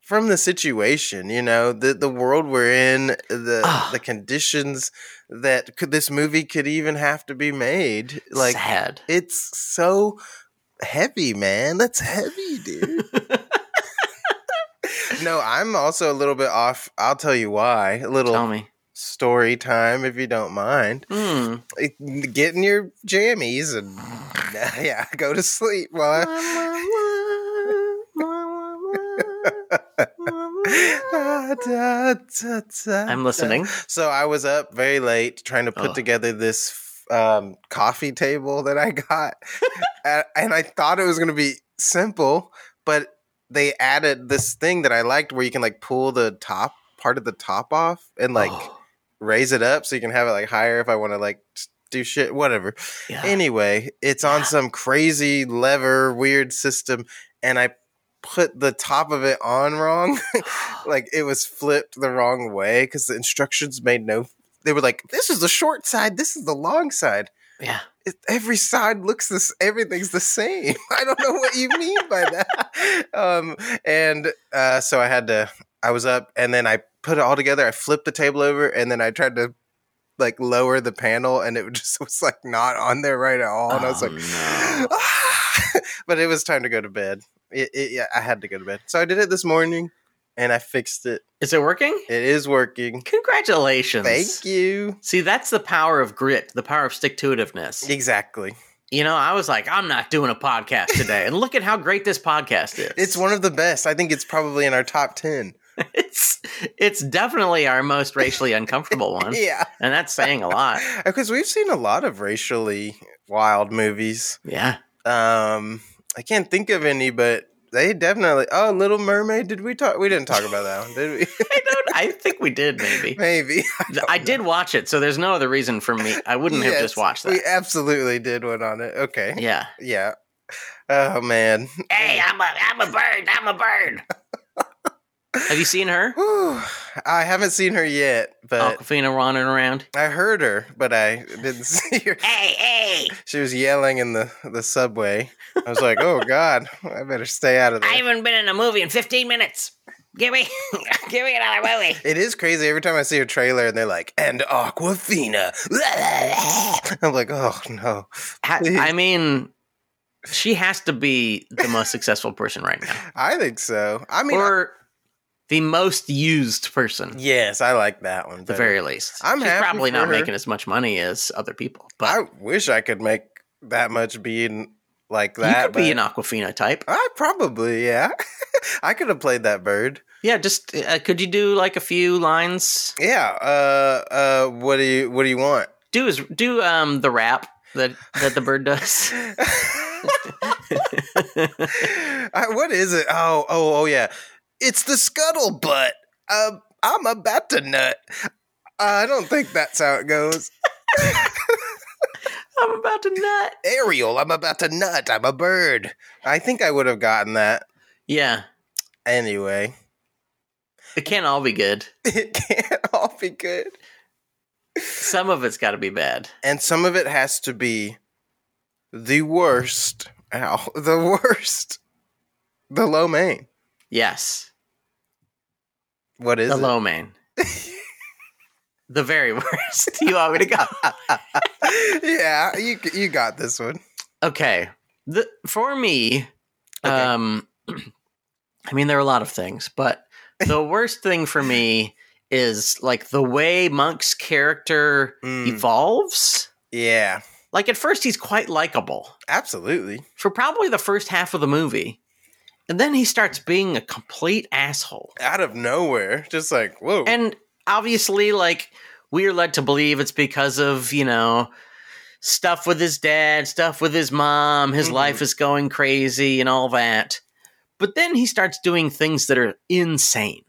[SPEAKER 2] from the situation you know the the world we're in the
[SPEAKER 1] Ah.
[SPEAKER 2] the conditions that could this movie could even have to be made like
[SPEAKER 1] Sad.
[SPEAKER 2] it's so heavy man that's heavy dude no i'm also a little bit off i'll tell you why a
[SPEAKER 1] Tell
[SPEAKER 2] little
[SPEAKER 1] me.
[SPEAKER 2] story time if you don't mind
[SPEAKER 1] Hmm.
[SPEAKER 2] It- get in your jammies and <laughs> yeah go to sleep while <laughs> I- I'm
[SPEAKER 1] I'm listening.
[SPEAKER 2] So I was up very late trying to put
[SPEAKER 1] Ugh.
[SPEAKER 2] together this f- um, coffee table that I got, and, and I thought it was going to be simple, but they added this thing that I liked where you can like pull the top part of the top off and like
[SPEAKER 1] Oh,
[SPEAKER 2] raise it up so you can have it like higher if I want to like t- do shit whatever.
[SPEAKER 1] yeah.
[SPEAKER 2] Anyway, it's on
[SPEAKER 1] Yeah.
[SPEAKER 2] some crazy lever weird system, and I put the top of it on wrong. like it was flipped the wrong way because the instructions made no. They were like, "This is the short side. This is the long side.
[SPEAKER 1] <sighs> yeah.
[SPEAKER 2] It, every side looks this. Everything's the same. <laughs> I don't know what you mean by that." <laughs> Um, and uh, so I had to. I was up, and then I put it all together. I flipped the table over, and then I tried to like lower the panel, and it <laughs> just was like not on there right at all. And I was
[SPEAKER 1] Oh,
[SPEAKER 2] like, <laughs>
[SPEAKER 1] no.
[SPEAKER 2] but it was time to go to bed. It, it, yeah, I had to go to bed. So I did it this morning and I fixed it.
[SPEAKER 1] Is it working?
[SPEAKER 2] It is working.
[SPEAKER 1] Congratulations.
[SPEAKER 2] Thank you.
[SPEAKER 1] See, that's the power of grit, the power of stick to itiveness.
[SPEAKER 2] Exactly.
[SPEAKER 1] You know, I was like, I'm not doing a podcast today. And look at how great this podcast is. <laughs>
[SPEAKER 2] It's one of the best. I think it's probably in our top 10.
[SPEAKER 1] it's it's definitely our most racially uncomfortable one.
[SPEAKER 2] <laughs> Yeah.
[SPEAKER 1] And that's saying a lot.
[SPEAKER 2] Because we've seen a lot of racially wild movies.
[SPEAKER 1] Yeah. <laughs>
[SPEAKER 2] Um, I can't think of any, but they definitely. Oh, Little Mermaid. Did we talk? We didn't talk about that one, did
[SPEAKER 1] <laughs>
[SPEAKER 2] we?
[SPEAKER 1] I don't I think we did
[SPEAKER 2] <laughs>
[SPEAKER 1] maybe.
[SPEAKER 2] Maybe.
[SPEAKER 1] I did watch it, so there's no other reason for me. I <laughs> wouldn't have
[SPEAKER 2] Yes,
[SPEAKER 1] just watched that.
[SPEAKER 2] We absolutely did one on it. Okay.
[SPEAKER 1] yeah.
[SPEAKER 2] Yeah. Oh man.
[SPEAKER 1] Hey, I'm a I'm a bird. I'm a bird. <laughs> have you seen her?
[SPEAKER 2] Whew. I haven't seen her yet,
[SPEAKER 1] Oh,
[SPEAKER 2] but
[SPEAKER 1] Aquafina running around.
[SPEAKER 2] I heard her, but I didn't <laughs> see her.
[SPEAKER 1] Hey, hey!
[SPEAKER 2] She was yelling in the, the subway. I was like, "Oh God, <laughs> I better stay out of there."
[SPEAKER 1] haven't been in a movie in 15 minutes. Give me, <laughs> give me another movie.
[SPEAKER 2] It is crazy every time I see a trailer and they're like, "And Aquafina." <laughs> I'm like, "Oh no." <laughs>
[SPEAKER 1] I mean, she has to be the most successful person right now,
[SPEAKER 2] I think so. I mean,
[SPEAKER 1] or the most used person, at
[SPEAKER 2] yes, I like that one.
[SPEAKER 1] the
[SPEAKER 2] better.
[SPEAKER 1] very least.
[SPEAKER 2] I'm
[SPEAKER 1] She's
[SPEAKER 2] happy
[SPEAKER 1] probably
[SPEAKER 2] for
[SPEAKER 1] not
[SPEAKER 2] her.
[SPEAKER 1] making as much money as other people, but
[SPEAKER 2] I wish I could make that much being like
[SPEAKER 1] you
[SPEAKER 2] that.
[SPEAKER 1] could be an
[SPEAKER 2] but-
[SPEAKER 1] Aquafina type.
[SPEAKER 2] I probably, yeah. <laughs> I could have played that bird.
[SPEAKER 1] Yeah, just uh, could you do like a few lines?
[SPEAKER 2] Yeah. Uh, uh, what do you What do you want? <laughs>
[SPEAKER 1] Do is do um the rap that that the bird <laughs> does.
[SPEAKER 2] I, what is it? Oh, oh, oh, yeah. It's the scuttlebutt. Uh, I'm about to nut. I don't think that's how it goes.
[SPEAKER 1] I'm about to nut.
[SPEAKER 2] Ariel, I'm about to nut. I'm a bird. I think I would have gotten that
[SPEAKER 1] Yeah,
[SPEAKER 2] anyway. <laughs>
[SPEAKER 1] it can't all be good.
[SPEAKER 2] It can't all be good.
[SPEAKER 1] Some of it's got to be bad.
[SPEAKER 2] and some of it has to be the worst. Ow, the worst. The low main.
[SPEAKER 1] Yes,
[SPEAKER 2] What is
[SPEAKER 1] the
[SPEAKER 2] it?
[SPEAKER 1] low main, the very worst. you want me to go?
[SPEAKER 2] <laughs> <laughs> yeah, you you got this one.
[SPEAKER 1] Okay, the, for me,
[SPEAKER 2] Okay.
[SPEAKER 1] um, <clears throat> I mean there are a lot of things, but
[SPEAKER 2] <laughs>
[SPEAKER 1] the worst thing for me is like the way Monk's character
[SPEAKER 2] Mm,
[SPEAKER 1] evolves.
[SPEAKER 2] yeah,
[SPEAKER 1] Like at first he's quite likable
[SPEAKER 2] absolutely.
[SPEAKER 1] for probably the first half of the movie. And then he starts being a complete asshole.
[SPEAKER 2] Out of nowhere, just like whoa.
[SPEAKER 1] And obviously like we are led to believe it's because of, you know, stuff with his dad, stuff with his mom, his
[SPEAKER 2] Mhm.
[SPEAKER 1] life is going crazy and all that. But then he starts doing things that are insane.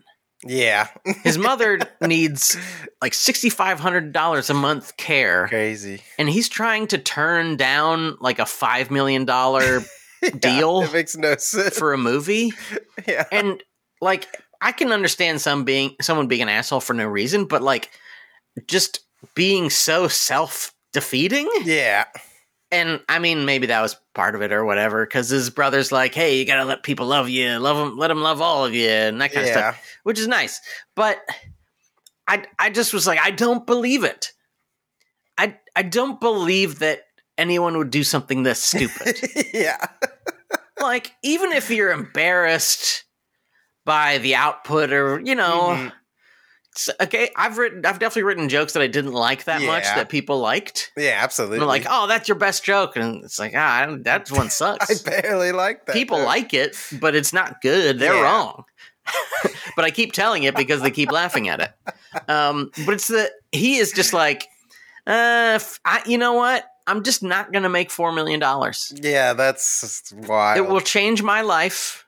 [SPEAKER 2] Yeah.
[SPEAKER 1] His mother needs like $6,500 a month care,
[SPEAKER 2] Crazy. <laughs>
[SPEAKER 1] and he's trying to turn down like a $5 million Deal?
[SPEAKER 2] Yeah, it makes no sense.
[SPEAKER 1] <laughs> for a movie.
[SPEAKER 2] yeah.
[SPEAKER 1] and like I can understand some being someone being an asshole for no reason, but like just being so self defeating.
[SPEAKER 2] Yeah.
[SPEAKER 1] And I mean, maybe that was part of it or whatever. Because his brother's like, "Hey, you gotta let people love you, love them, let them love all of you, and that kind of
[SPEAKER 2] Yeah. <laughs>
[SPEAKER 1] stuff," which is nice. But I, I just was like, I don't believe it. I, I don't believe that anyone would do something this stupid
[SPEAKER 2] yeah.
[SPEAKER 1] like even if you're embarrassed by the output or you know
[SPEAKER 2] Mhm.
[SPEAKER 1] it's- okay i've written i've definitely written jokes that i didn't like that much
[SPEAKER 2] Yeah.
[SPEAKER 1] that people liked
[SPEAKER 2] Yeah,
[SPEAKER 1] And
[SPEAKER 2] absolutely.
[SPEAKER 1] they're like oh that's your best joke and it's like ah I don't- that one
[SPEAKER 2] <laughs> I
[SPEAKER 1] sucks
[SPEAKER 2] barely like that.
[SPEAKER 1] people
[SPEAKER 2] joke.
[SPEAKER 1] like it but it's not good they're
[SPEAKER 2] Yeah.
[SPEAKER 1] wrong <laughs> but i keep telling it because they keep laughing at it um but it's the he is just like uh f- I, you know what i'm just not gonna make four million dollars
[SPEAKER 2] Yeah, that's just wild.
[SPEAKER 1] it will change my life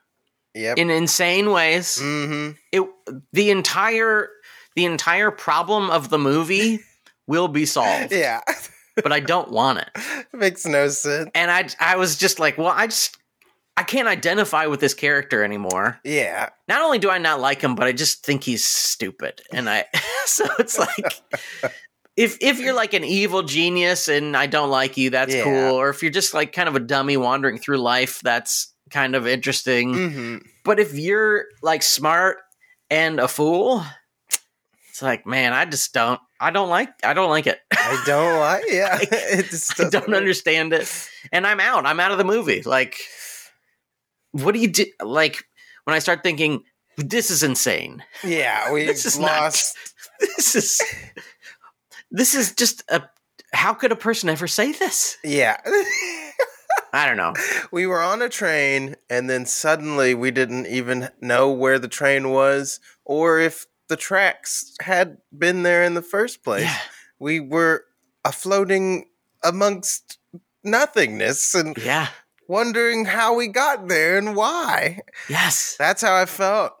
[SPEAKER 2] Yep.
[SPEAKER 1] in insane ways
[SPEAKER 2] hmm
[SPEAKER 1] it the entire the entire problem of the movie will be solved
[SPEAKER 2] Yeah. <laughs>
[SPEAKER 1] but i don't want it
[SPEAKER 2] makes no sense.
[SPEAKER 1] and i i was just like well i just i can't identify with this character anymore
[SPEAKER 2] Yeah.
[SPEAKER 1] not only do i not like him but i just think he's stupid and i <laughs> so it's like if if you're like an evil genius and i don't like you that's
[SPEAKER 2] Yeah.
[SPEAKER 1] cool or if you're just like kind of a dummy wandering through life that's kind of interesting
[SPEAKER 2] hmm
[SPEAKER 1] but if you're like smart and a fool, it's like, man, I just don't. I don't like. I don't like it. <laughs>
[SPEAKER 2] I don't like. Yeah. <laughs> it just
[SPEAKER 1] I
[SPEAKER 2] doesn't
[SPEAKER 1] don't
[SPEAKER 2] work.
[SPEAKER 1] understand it, and I'm out. I'm out of the movie. Like, what do you do? Like when I start thinking, this is insane. <laughs>
[SPEAKER 2] Yeah, we
[SPEAKER 1] This is
[SPEAKER 2] lost.
[SPEAKER 1] not- This is. this is just a. How could a person ever say this?
[SPEAKER 2] Yeah. <laughs>
[SPEAKER 1] I don't know.
[SPEAKER 2] we were on a train and then suddenly we didn't even know where the train was or if the tracks had been there in the first place.
[SPEAKER 1] Yeah,
[SPEAKER 2] We were a floating amongst nothingness and
[SPEAKER 1] yeah,
[SPEAKER 2] wondering how we got there and why.
[SPEAKER 1] yes.
[SPEAKER 2] That's how I felt.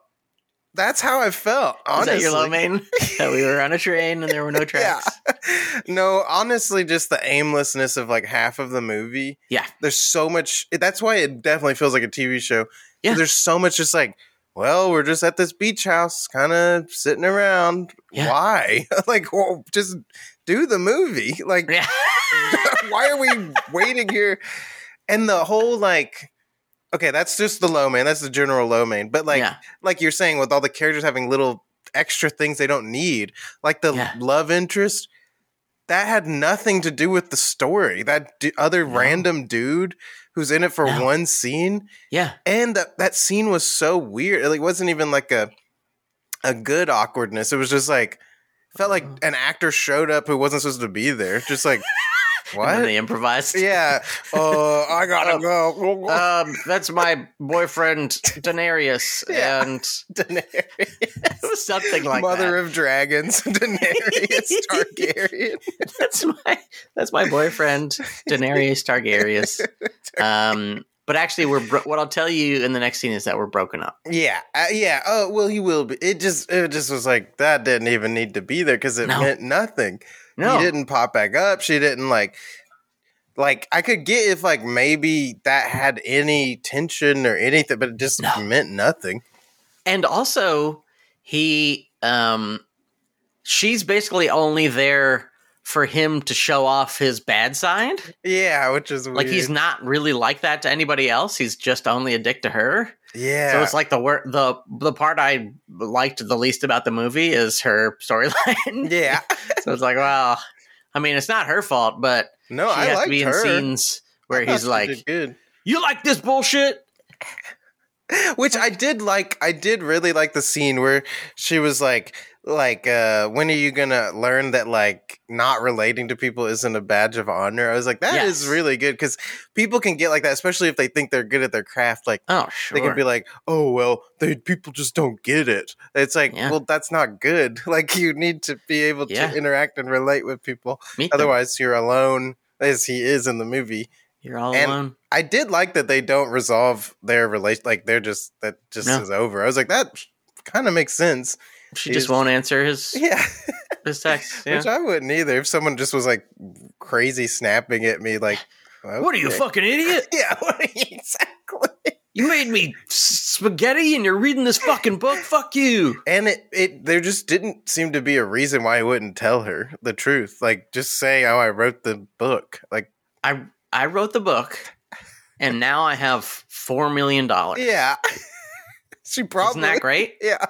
[SPEAKER 2] That's how I felt.
[SPEAKER 1] Is
[SPEAKER 2] Honestly.
[SPEAKER 1] that your low main? <laughs> that we were on a train and
[SPEAKER 2] <laughs>
[SPEAKER 1] there were no tracks.
[SPEAKER 2] no, honestly, just the aimlessness of like half of the movie.
[SPEAKER 1] Yeah.
[SPEAKER 2] There's so much. That's why it definitely feels like a TV show.
[SPEAKER 1] Yeah.
[SPEAKER 2] There's so much just like, well, we're just at this beach house, kind of sitting around.
[SPEAKER 1] Yeah.
[SPEAKER 2] Why? <laughs> like, well, just do the movie. <laughs> Like,
[SPEAKER 1] Yeah.
[SPEAKER 2] why are we waiting here? And the whole like, okay, that's just the low man. That's the general low man. But like,
[SPEAKER 1] yeah.
[SPEAKER 2] like you're saying with all the characters having little extra things they don't need like the
[SPEAKER 1] Yeah.
[SPEAKER 2] love interest that had nothing to do with the story that d- other
[SPEAKER 1] No.
[SPEAKER 2] random dude who's in it for
[SPEAKER 1] No.
[SPEAKER 2] one scene
[SPEAKER 1] Yeah.
[SPEAKER 2] and that that scene was so weird it like, wasn't even like a a good awkwardness it was just like felt like
[SPEAKER 1] Uh-huh.
[SPEAKER 2] an actor showed up who wasn't supposed to be there
[SPEAKER 1] <laughs>
[SPEAKER 2] just like
[SPEAKER 1] And then
[SPEAKER 2] what
[SPEAKER 1] they improvised. <laughs>
[SPEAKER 2] yeah oh i gotta go
[SPEAKER 1] Um, that's my boyfriend Daenerys,
[SPEAKER 2] <laughs> Yeah.
[SPEAKER 1] and
[SPEAKER 2] Daenerys.
[SPEAKER 1] it was something like
[SPEAKER 2] Mother
[SPEAKER 1] that.
[SPEAKER 2] of Dragons,
[SPEAKER 1] <laughs>
[SPEAKER 2] <laughs> Daenerys Targaryen.
[SPEAKER 1] that's my that's my boyfriend Daenerys
[SPEAKER 2] <laughs>
[SPEAKER 1] Targaryen. Um, but actually, we're bro- what I'll tell you in the next scene is that we're broken up.
[SPEAKER 2] Yeah, uh, yeah. Oh, well, he will be. It just, it just was like that didn't even need to be there because it
[SPEAKER 1] No.
[SPEAKER 2] meant nothing.
[SPEAKER 1] No,
[SPEAKER 2] He didn't pop back up. She didn't like, like I could get if like maybe that had any tension or anything, but it just
[SPEAKER 1] No.
[SPEAKER 2] meant nothing.
[SPEAKER 1] and also he um, she's basically only there for him to show off his bad side.
[SPEAKER 2] Yeah, which is weird.
[SPEAKER 1] Like he's not really like that to anybody else. He's just only a dick to her.
[SPEAKER 2] yeah.
[SPEAKER 1] So it's like the wor- the the part I liked the least about the movie is her <laughs> storyline. <laughs>
[SPEAKER 2] yeah.
[SPEAKER 1] so it's like, well, I mean, it's not her fault, but
[SPEAKER 2] No,
[SPEAKER 1] she
[SPEAKER 2] I
[SPEAKER 1] has to
[SPEAKER 2] liked
[SPEAKER 1] be in
[SPEAKER 2] her.
[SPEAKER 1] scenes
[SPEAKER 2] I
[SPEAKER 1] where
[SPEAKER 2] thought
[SPEAKER 1] he's
[SPEAKER 2] she
[SPEAKER 1] like,
[SPEAKER 2] did good.
[SPEAKER 1] "You like this bullshit?"
[SPEAKER 2] Which I did like. I did really like the scene where she was like, like uh when are you gonna learn that like not relating to people isn't a badge of honor i was like that is
[SPEAKER 1] Yes.
[SPEAKER 2] really good because people can get like that especially if they think they're good at their craft like
[SPEAKER 1] Oh, sure.
[SPEAKER 2] they can be like oh well they people just don't get it it's like
[SPEAKER 1] Yeah.
[SPEAKER 2] well that's not good <laughs> like you need to be able
[SPEAKER 1] Yeah.
[SPEAKER 2] to interact and relate with people
[SPEAKER 1] Meet them.
[SPEAKER 2] otherwise you're alone as he is in the movie
[SPEAKER 1] You're all
[SPEAKER 2] and-
[SPEAKER 1] alone.
[SPEAKER 2] i did like that they don't resolve their relation like they're just that just
[SPEAKER 1] No.
[SPEAKER 2] is over i was like that kind of makes sense
[SPEAKER 1] She
[SPEAKER 2] He's-
[SPEAKER 1] just won't answer his
[SPEAKER 2] yeah <laughs>
[SPEAKER 1] his texts. Yeah.
[SPEAKER 2] Which I wouldn't either if someone just was like crazy snapping at me, like,
[SPEAKER 1] What are you,
[SPEAKER 2] okay.
[SPEAKER 1] fucking idiot?
[SPEAKER 2] <laughs> Yeah, what are you- exactly.
[SPEAKER 1] You made me s- spaghetti and you're reading this fucking book? Fuck you.
[SPEAKER 2] And it, it, there just didn't seem to be a reason why I wouldn't tell her the truth. Like, just say, oh, I wrote the book. Like,
[SPEAKER 1] I I wrote the book and now I have $4 million.
[SPEAKER 2] yeah. <laughs> she
[SPEAKER 1] Isn't
[SPEAKER 2] probably.
[SPEAKER 1] that great?
[SPEAKER 2] Yeah.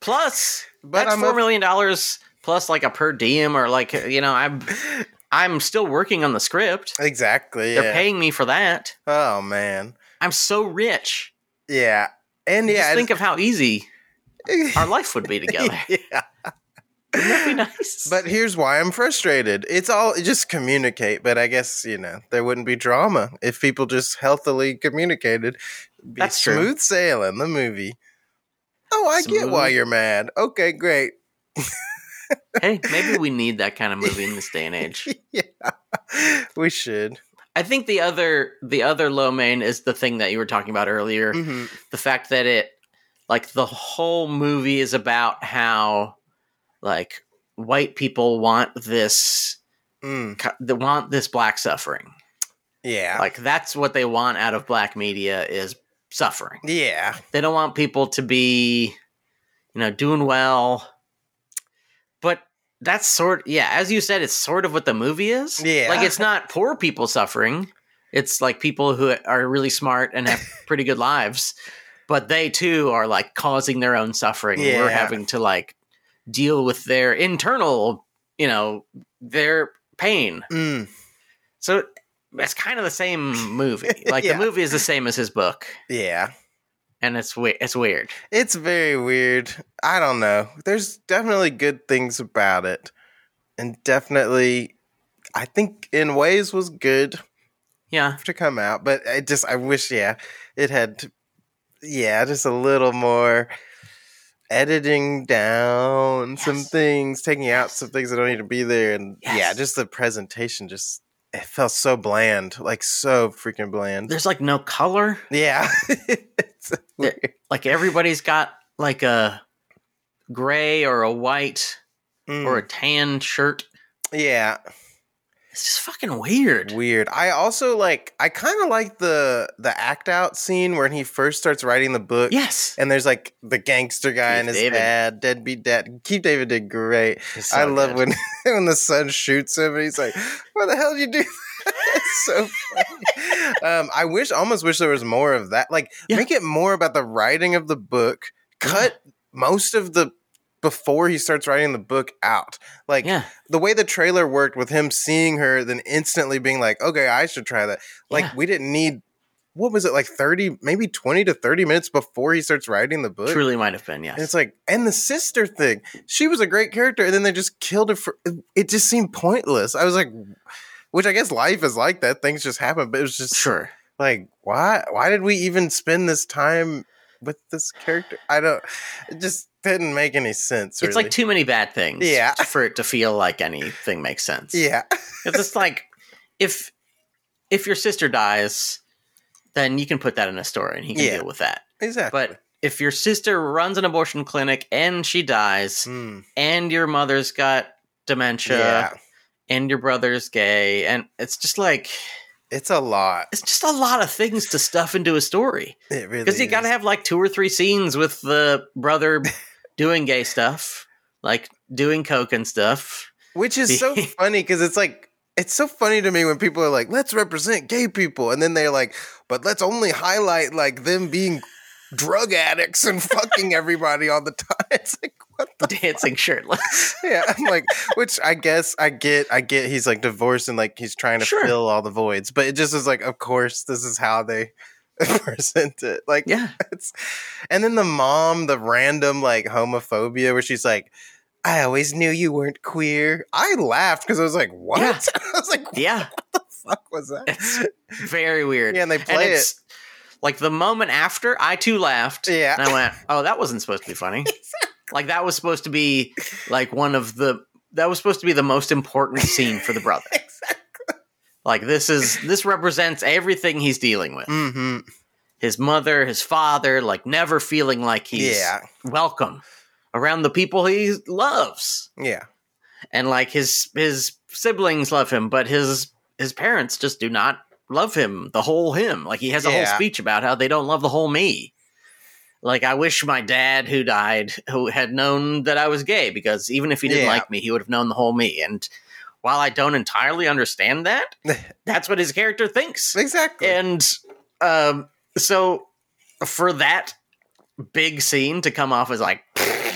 [SPEAKER 1] Plus,
[SPEAKER 2] But
[SPEAKER 1] that's
[SPEAKER 2] I'm
[SPEAKER 1] four
[SPEAKER 2] a-
[SPEAKER 1] million dollars plus like a per diem or like you know
[SPEAKER 2] <laughs>
[SPEAKER 1] I'm I'm still working on the script.
[SPEAKER 2] Exactly.
[SPEAKER 1] They're
[SPEAKER 2] yeah.
[SPEAKER 1] paying me for that.
[SPEAKER 2] Oh, man.
[SPEAKER 1] I'm so rich.
[SPEAKER 2] Yeah. And yeah.
[SPEAKER 1] Just
[SPEAKER 2] I
[SPEAKER 1] think of how easy
[SPEAKER 2] <laughs>
[SPEAKER 1] our life would be together.
[SPEAKER 2] yeah.
[SPEAKER 1] Wouldn't that be nice?
[SPEAKER 2] <laughs> But here's why I'm frustrated. It's all just communicate, but I guess, you know, there wouldn't be drama if people just healthily communicated. It'd Be
[SPEAKER 1] That's true.
[SPEAKER 2] smooth sailing the movie. Oh, I get why
[SPEAKER 1] Smooth.
[SPEAKER 2] you're mad. Okay, great. <sighs>
[SPEAKER 1] hey, maybe we need that kind of movie in this day and
[SPEAKER 2] <laughs>
[SPEAKER 1] age.
[SPEAKER 2] yeah. We should.
[SPEAKER 1] I think the other the other low main is the thing that you were talking about earlier.
[SPEAKER 2] Mm.
[SPEAKER 1] the fact that it like the whole movie is about how like white people want this
[SPEAKER 2] Mm.
[SPEAKER 1] co- they want this black suffering
[SPEAKER 2] Yeah.
[SPEAKER 1] like that's what they want out of black media is suffering
[SPEAKER 2] yeah.
[SPEAKER 1] they don't want people to be you know doing well but that's sort yeah as you said it's sort of what the movie is
[SPEAKER 2] Yeah.
[SPEAKER 1] like it's not poor people suffering it's like people who are really smart and
[SPEAKER 2] <laughs>
[SPEAKER 1] have pretty good lives but they too are like causing their own suffering and we're
[SPEAKER 2] Yeah.
[SPEAKER 1] having to like deal with their internal you know their pain
[SPEAKER 2] Mm.
[SPEAKER 1] so it's kind of the <laughs> same movie like
[SPEAKER 2] Yeah.
[SPEAKER 1] the movie is the same as his book
[SPEAKER 2] Yeah.
[SPEAKER 1] and it's we- it's weird
[SPEAKER 2] It's very weird. I don't know. There's definitely good things about it. And definitely I think in ways was good.
[SPEAKER 1] yeah
[SPEAKER 2] to come out, but I just I wish yeah, it had yeah, just a little more editing down some
[SPEAKER 1] Yes.
[SPEAKER 2] things, taking out some things that don't need to be there and yeah,
[SPEAKER 1] Yes.
[SPEAKER 2] just the presentation just it felt so bland, like so freaking bland.
[SPEAKER 1] there's like no color
[SPEAKER 2] Yeah. <laughs> It's weird.
[SPEAKER 1] like everybody's got like a gray or a white
[SPEAKER 2] Mm.
[SPEAKER 1] or a tan shirt
[SPEAKER 2] yeah.
[SPEAKER 1] it's just fucking weird
[SPEAKER 2] Weird. I also like I kind of like the the act out scene where he first starts writing the book.
[SPEAKER 1] yes
[SPEAKER 2] And there's like the gangster guy
[SPEAKER 1] Keith
[SPEAKER 2] and his
[SPEAKER 1] David.
[SPEAKER 2] dad, deadbeat dad. Keith David did great. I love when when <laughs> the son shoots him and he's like, "Why the hell did you do?" That? <laughs> it's so funny. um, I wish, almost wish there was more of that. Like,
[SPEAKER 1] Yeah.
[SPEAKER 2] make it more about the writing of the book. Cut most of the before he starts writing the book out. Like
[SPEAKER 1] yeah
[SPEAKER 2] the way the trailer worked with him seeing her, then instantly being like, "Okay, I should try that." Like
[SPEAKER 1] Yeah.
[SPEAKER 2] we didn't need. What was it like thirty, maybe twenty to thirty minutes before he starts writing the book?
[SPEAKER 1] truly might have been yes
[SPEAKER 2] And it's like, and the sister thing. She was a great character, and then they just killed her for. It just seemed pointless. I was like, which I guess life is like that. Things just happen, but it was just
[SPEAKER 1] sure
[SPEAKER 2] like, why? Why did we even spend this time with this character? I don't. It just didn't make any sense.
[SPEAKER 1] it's
[SPEAKER 2] Really.
[SPEAKER 1] like too many bad things
[SPEAKER 2] Yeah.
[SPEAKER 1] for it to feel like anything makes sense
[SPEAKER 2] yeah, <laughs>
[SPEAKER 1] it's just like if if your sister dies then you can put that in a story and he can
[SPEAKER 2] Yeah.
[SPEAKER 1] deal with that
[SPEAKER 2] exactly.
[SPEAKER 1] but if your sister runs an abortion clinic and she dies
[SPEAKER 2] Mm,
[SPEAKER 1] and your mother's got dementia
[SPEAKER 2] yeah,
[SPEAKER 1] and your brother's gay and it's just like
[SPEAKER 2] it's a lot.
[SPEAKER 1] it's just a lot of things to stuff into a story
[SPEAKER 2] It really
[SPEAKER 1] because you
[SPEAKER 2] is.
[SPEAKER 1] gotta have like two or three scenes with the
[SPEAKER 2] <laughs>
[SPEAKER 1] brother doing gay stuff like doing coke and stuff <laughs>
[SPEAKER 2] Which is so funny because it's like it's so funny to me when people are like, "Let's represent gay people," and then they're like, "But let's only highlight like them being drug addicts and
[SPEAKER 1] <laughs>
[SPEAKER 2] fucking everybody all the time." <laughs> It's like, what the?
[SPEAKER 1] dancing shirtless
[SPEAKER 2] Yeah, I'm like, which I guess I get. I get he's like divorced and like he's trying to
[SPEAKER 1] Sure.
[SPEAKER 2] fill all the voids, but it just is like, of course, this is how they <laughs> present it. Like,
[SPEAKER 1] yeah
[SPEAKER 2] it's and then the mom, the random like homophobia where she's like, I always knew you weren't queer. I laughed because I was like, what? <laughs>
[SPEAKER 1] Yeah.
[SPEAKER 2] I was like, what
[SPEAKER 1] Yeah,
[SPEAKER 2] the fuck was that?
[SPEAKER 1] It's very weird.
[SPEAKER 2] yeah, and they play it.
[SPEAKER 1] like the moment after, I too laughed.
[SPEAKER 2] Yeah.
[SPEAKER 1] and I went, "Oh, that wasn't supposed to be
[SPEAKER 2] <laughs>
[SPEAKER 1] funny. like that was supposed to be like one of the that was supposed to be the most important scene for the brother.
[SPEAKER 2] <laughs> exactly.
[SPEAKER 1] Like this is this represents everything he's dealing with.
[SPEAKER 2] hmm
[SPEAKER 1] His mother, his father, like never feeling like he's
[SPEAKER 2] Yeah.
[SPEAKER 1] welcome around the people he loves,
[SPEAKER 2] Yeah.
[SPEAKER 1] and like his his siblings love him, but his his parents just do not love him. The whole him, like he has a whole
[SPEAKER 2] Yeah.
[SPEAKER 1] speech about how they don't love the whole me. Like I wish my dad, who died, who had known that I was gay, because even if he didn't
[SPEAKER 2] Yeah.
[SPEAKER 1] like me, he would have known the whole me. And while I don't entirely understand
[SPEAKER 2] <laughs>
[SPEAKER 1] that, that's what his character thinks
[SPEAKER 2] Exactly.
[SPEAKER 1] and um, so for that big scene to come off as like
[SPEAKER 2] <laughs>
[SPEAKER 1] <laughs>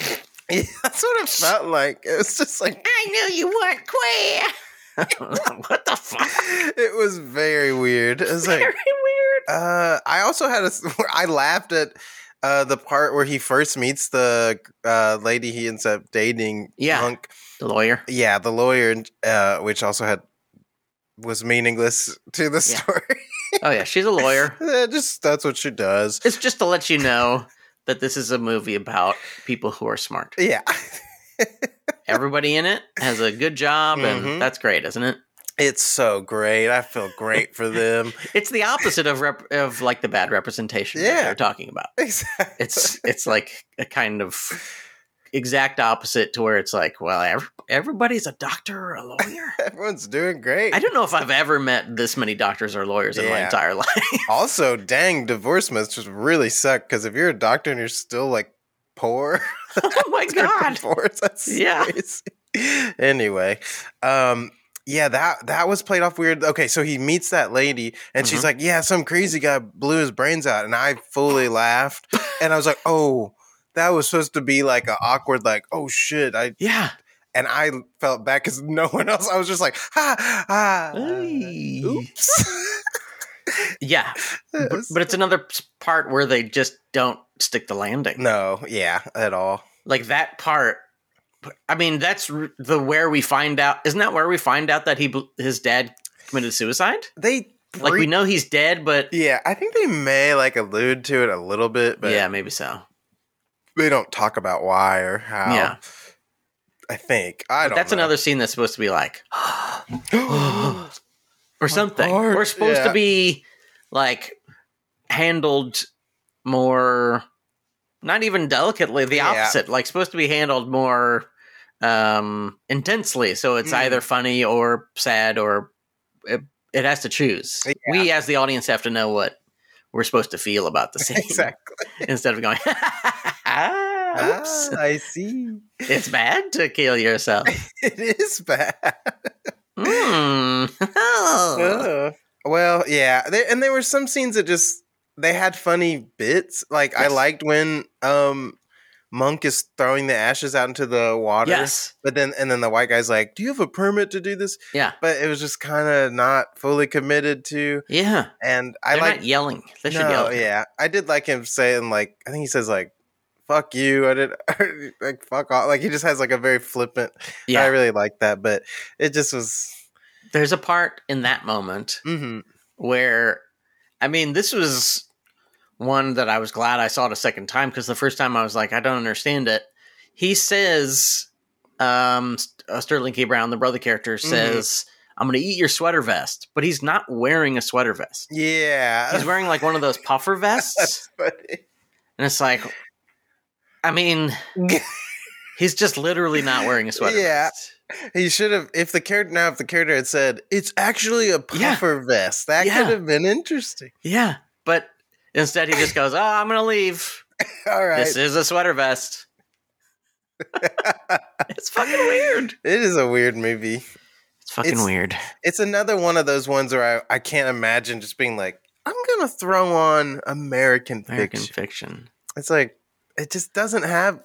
[SPEAKER 2] Yeah, that's what it felt like. It was just like
[SPEAKER 1] <laughs> i knew you weren't queer what the fuck
[SPEAKER 2] <laughs> it was very weird. It was
[SPEAKER 1] <laughs> very
[SPEAKER 2] like
[SPEAKER 1] weird
[SPEAKER 2] uh, I also had a. s- <laughs> I laughed at uh, the part where he first meets the uh, lady he ends up dating.
[SPEAKER 1] Yeah.
[SPEAKER 2] Monk.
[SPEAKER 1] the lawyer
[SPEAKER 2] Yeah, the lawyer, and, uh, which also had was meaningless to the
[SPEAKER 1] Yeah.
[SPEAKER 2] story. <laughs>
[SPEAKER 1] oh yeah she's a <laughs> lawyer
[SPEAKER 2] Yeah, just that's what she does.
[SPEAKER 1] it's just to let you know that this is a movie about people who are smart
[SPEAKER 2] Yeah,
[SPEAKER 1] everybody in it has a good job
[SPEAKER 2] Mhm.
[SPEAKER 1] and that's great isn't it
[SPEAKER 2] it's so great. I feel great for them.
[SPEAKER 1] it's the opposite of rep- of like the bad representation
[SPEAKER 2] Yeah.
[SPEAKER 1] that they're talking about
[SPEAKER 2] <laughs> Exactly.
[SPEAKER 1] <laughs> it's it's like a kind of exact opposite to where it's like, well, ev- everybody's a doctor or a lawyer.
[SPEAKER 2] Everyone's doing great.
[SPEAKER 1] I don't know if I've ever met this many doctors or lawyers in my
[SPEAKER 2] Yeah.
[SPEAKER 1] entire <laughs> life.
[SPEAKER 2] Also, dang, divorce must just really suck because if you're a doctor and you're still like poor, <laughs>
[SPEAKER 1] oh my
[SPEAKER 2] after
[SPEAKER 1] god!
[SPEAKER 2] divorce, <laughs> that's
[SPEAKER 1] Yeah.
[SPEAKER 2] crazy. Anyway, um, yeah, that that was played off weird. Okay, so he meets that lady, and she's
[SPEAKER 1] Mhm.
[SPEAKER 2] like, "Yeah, some crazy guy blew his brains out," and I fully <laughs> laughed, and I was like, "Oh." That was supposed to be like an awkward, like, oh shit. I
[SPEAKER 1] <laughs> Yeah.
[SPEAKER 2] and I felt bad because no <laughs> one else. I was just like, ha ah,
[SPEAKER 1] Hey.
[SPEAKER 2] oops.
[SPEAKER 1] <laughs> Yeah, <laughs> but, but it's another s- part where they just don't stick the landing.
[SPEAKER 2] no, yeah, at all.
[SPEAKER 1] Like that part. I mean, that's r- the where we find out. Isn't that where we find out that he bl- his dad committed suicide?
[SPEAKER 2] They
[SPEAKER 1] Like we
[SPEAKER 2] brief-
[SPEAKER 1] know he's dead, but
[SPEAKER 2] Yeah, I think they may like allude to it a little bit, but
[SPEAKER 1] yeah, maybe so.
[SPEAKER 2] they don't talk about why or how.
[SPEAKER 1] Yeah.
[SPEAKER 2] I think I don't.
[SPEAKER 1] That's
[SPEAKER 2] know.
[SPEAKER 1] another scene that's supposed to be like, or something.
[SPEAKER 2] heart.
[SPEAKER 1] We're supposed
[SPEAKER 2] Yeah.
[SPEAKER 1] to be like handled more, not even delicately, the
[SPEAKER 2] Yeah.
[SPEAKER 1] opposite. Like supposed to be handled more um intensely. So it's
[SPEAKER 2] Mm.
[SPEAKER 1] either funny or sad or it, it has to choose.
[SPEAKER 2] Yeah.
[SPEAKER 1] We as the audience have to know what we're supposed to feel
[SPEAKER 2] <laughs>
[SPEAKER 1] about the scene
[SPEAKER 2] <gasps> exactly.
[SPEAKER 1] instead of going. <laughs> ah, <gasps> oops,
[SPEAKER 2] Ah, I see. <laughs>
[SPEAKER 1] it's bad to kill yourself.
[SPEAKER 2] It is bad.
[SPEAKER 1] <laughs> Mm. Oh.
[SPEAKER 2] Ugh. Uh. Well, yeah, there, and there were some scenes that just they had funny bits. Like I
[SPEAKER 1] Yes.
[SPEAKER 2] liked when um Monk is throwing the ashes out into the water.
[SPEAKER 1] Yes.
[SPEAKER 2] But then, and then the white guy's like, "Do you have a permit to do this?"
[SPEAKER 1] Yeah.
[SPEAKER 2] But it was just kind of not fully committed to.
[SPEAKER 1] Yeah.
[SPEAKER 2] And I
[SPEAKER 1] They're
[SPEAKER 2] like
[SPEAKER 1] not yelling. They should
[SPEAKER 2] no,
[SPEAKER 1] yell.
[SPEAKER 2] yeah, I did like him saying like I think he says like "fuck you." I did <laughs> like "fuck off." Like he just has like a very flippant. I
[SPEAKER 1] Yeah.
[SPEAKER 2] really like that, but it just was.
[SPEAKER 1] There's a part in that moment
[SPEAKER 2] hmm
[SPEAKER 1] where, I mean, this was one that I was glad I saw it a second time because the first time I was like, I don't understand it. He says, um, St- uh, Sterling K. Brown, the brother character,
[SPEAKER 2] Mm-hmm.
[SPEAKER 1] says, I'm going to eat your sweater vest, but he's not wearing a sweater vest.
[SPEAKER 2] Yeah, <laughs>
[SPEAKER 1] He's wearing like one of those puffer vests.
[SPEAKER 2] That's funny.
[SPEAKER 1] And it's like, I
[SPEAKER 2] <laughs>
[SPEAKER 1] mean, he's just literally not wearing a sweater
[SPEAKER 2] Yeah.
[SPEAKER 1] vest.
[SPEAKER 2] He should have. If the character now, if the character had said it's actually a
[SPEAKER 1] Yeah.
[SPEAKER 2] puffer vest, that
[SPEAKER 1] Yeah.
[SPEAKER 2] could have been interesting. <laughs>
[SPEAKER 1] Yeah, but instead he just goes, "Oh, I'm gonna leave.
[SPEAKER 2] All right,
[SPEAKER 1] This is a sweater
[SPEAKER 2] <laughs>
[SPEAKER 1] vest." it's fucking weird.
[SPEAKER 2] it is a weird movie.
[SPEAKER 1] It's fucking
[SPEAKER 2] It's-
[SPEAKER 1] weird.
[SPEAKER 2] It's another one of those ones where I, I can't imagine just being like, I'm gonna throw on American,
[SPEAKER 1] American
[SPEAKER 2] fiction.
[SPEAKER 1] fiction.
[SPEAKER 2] It's like it just doesn't have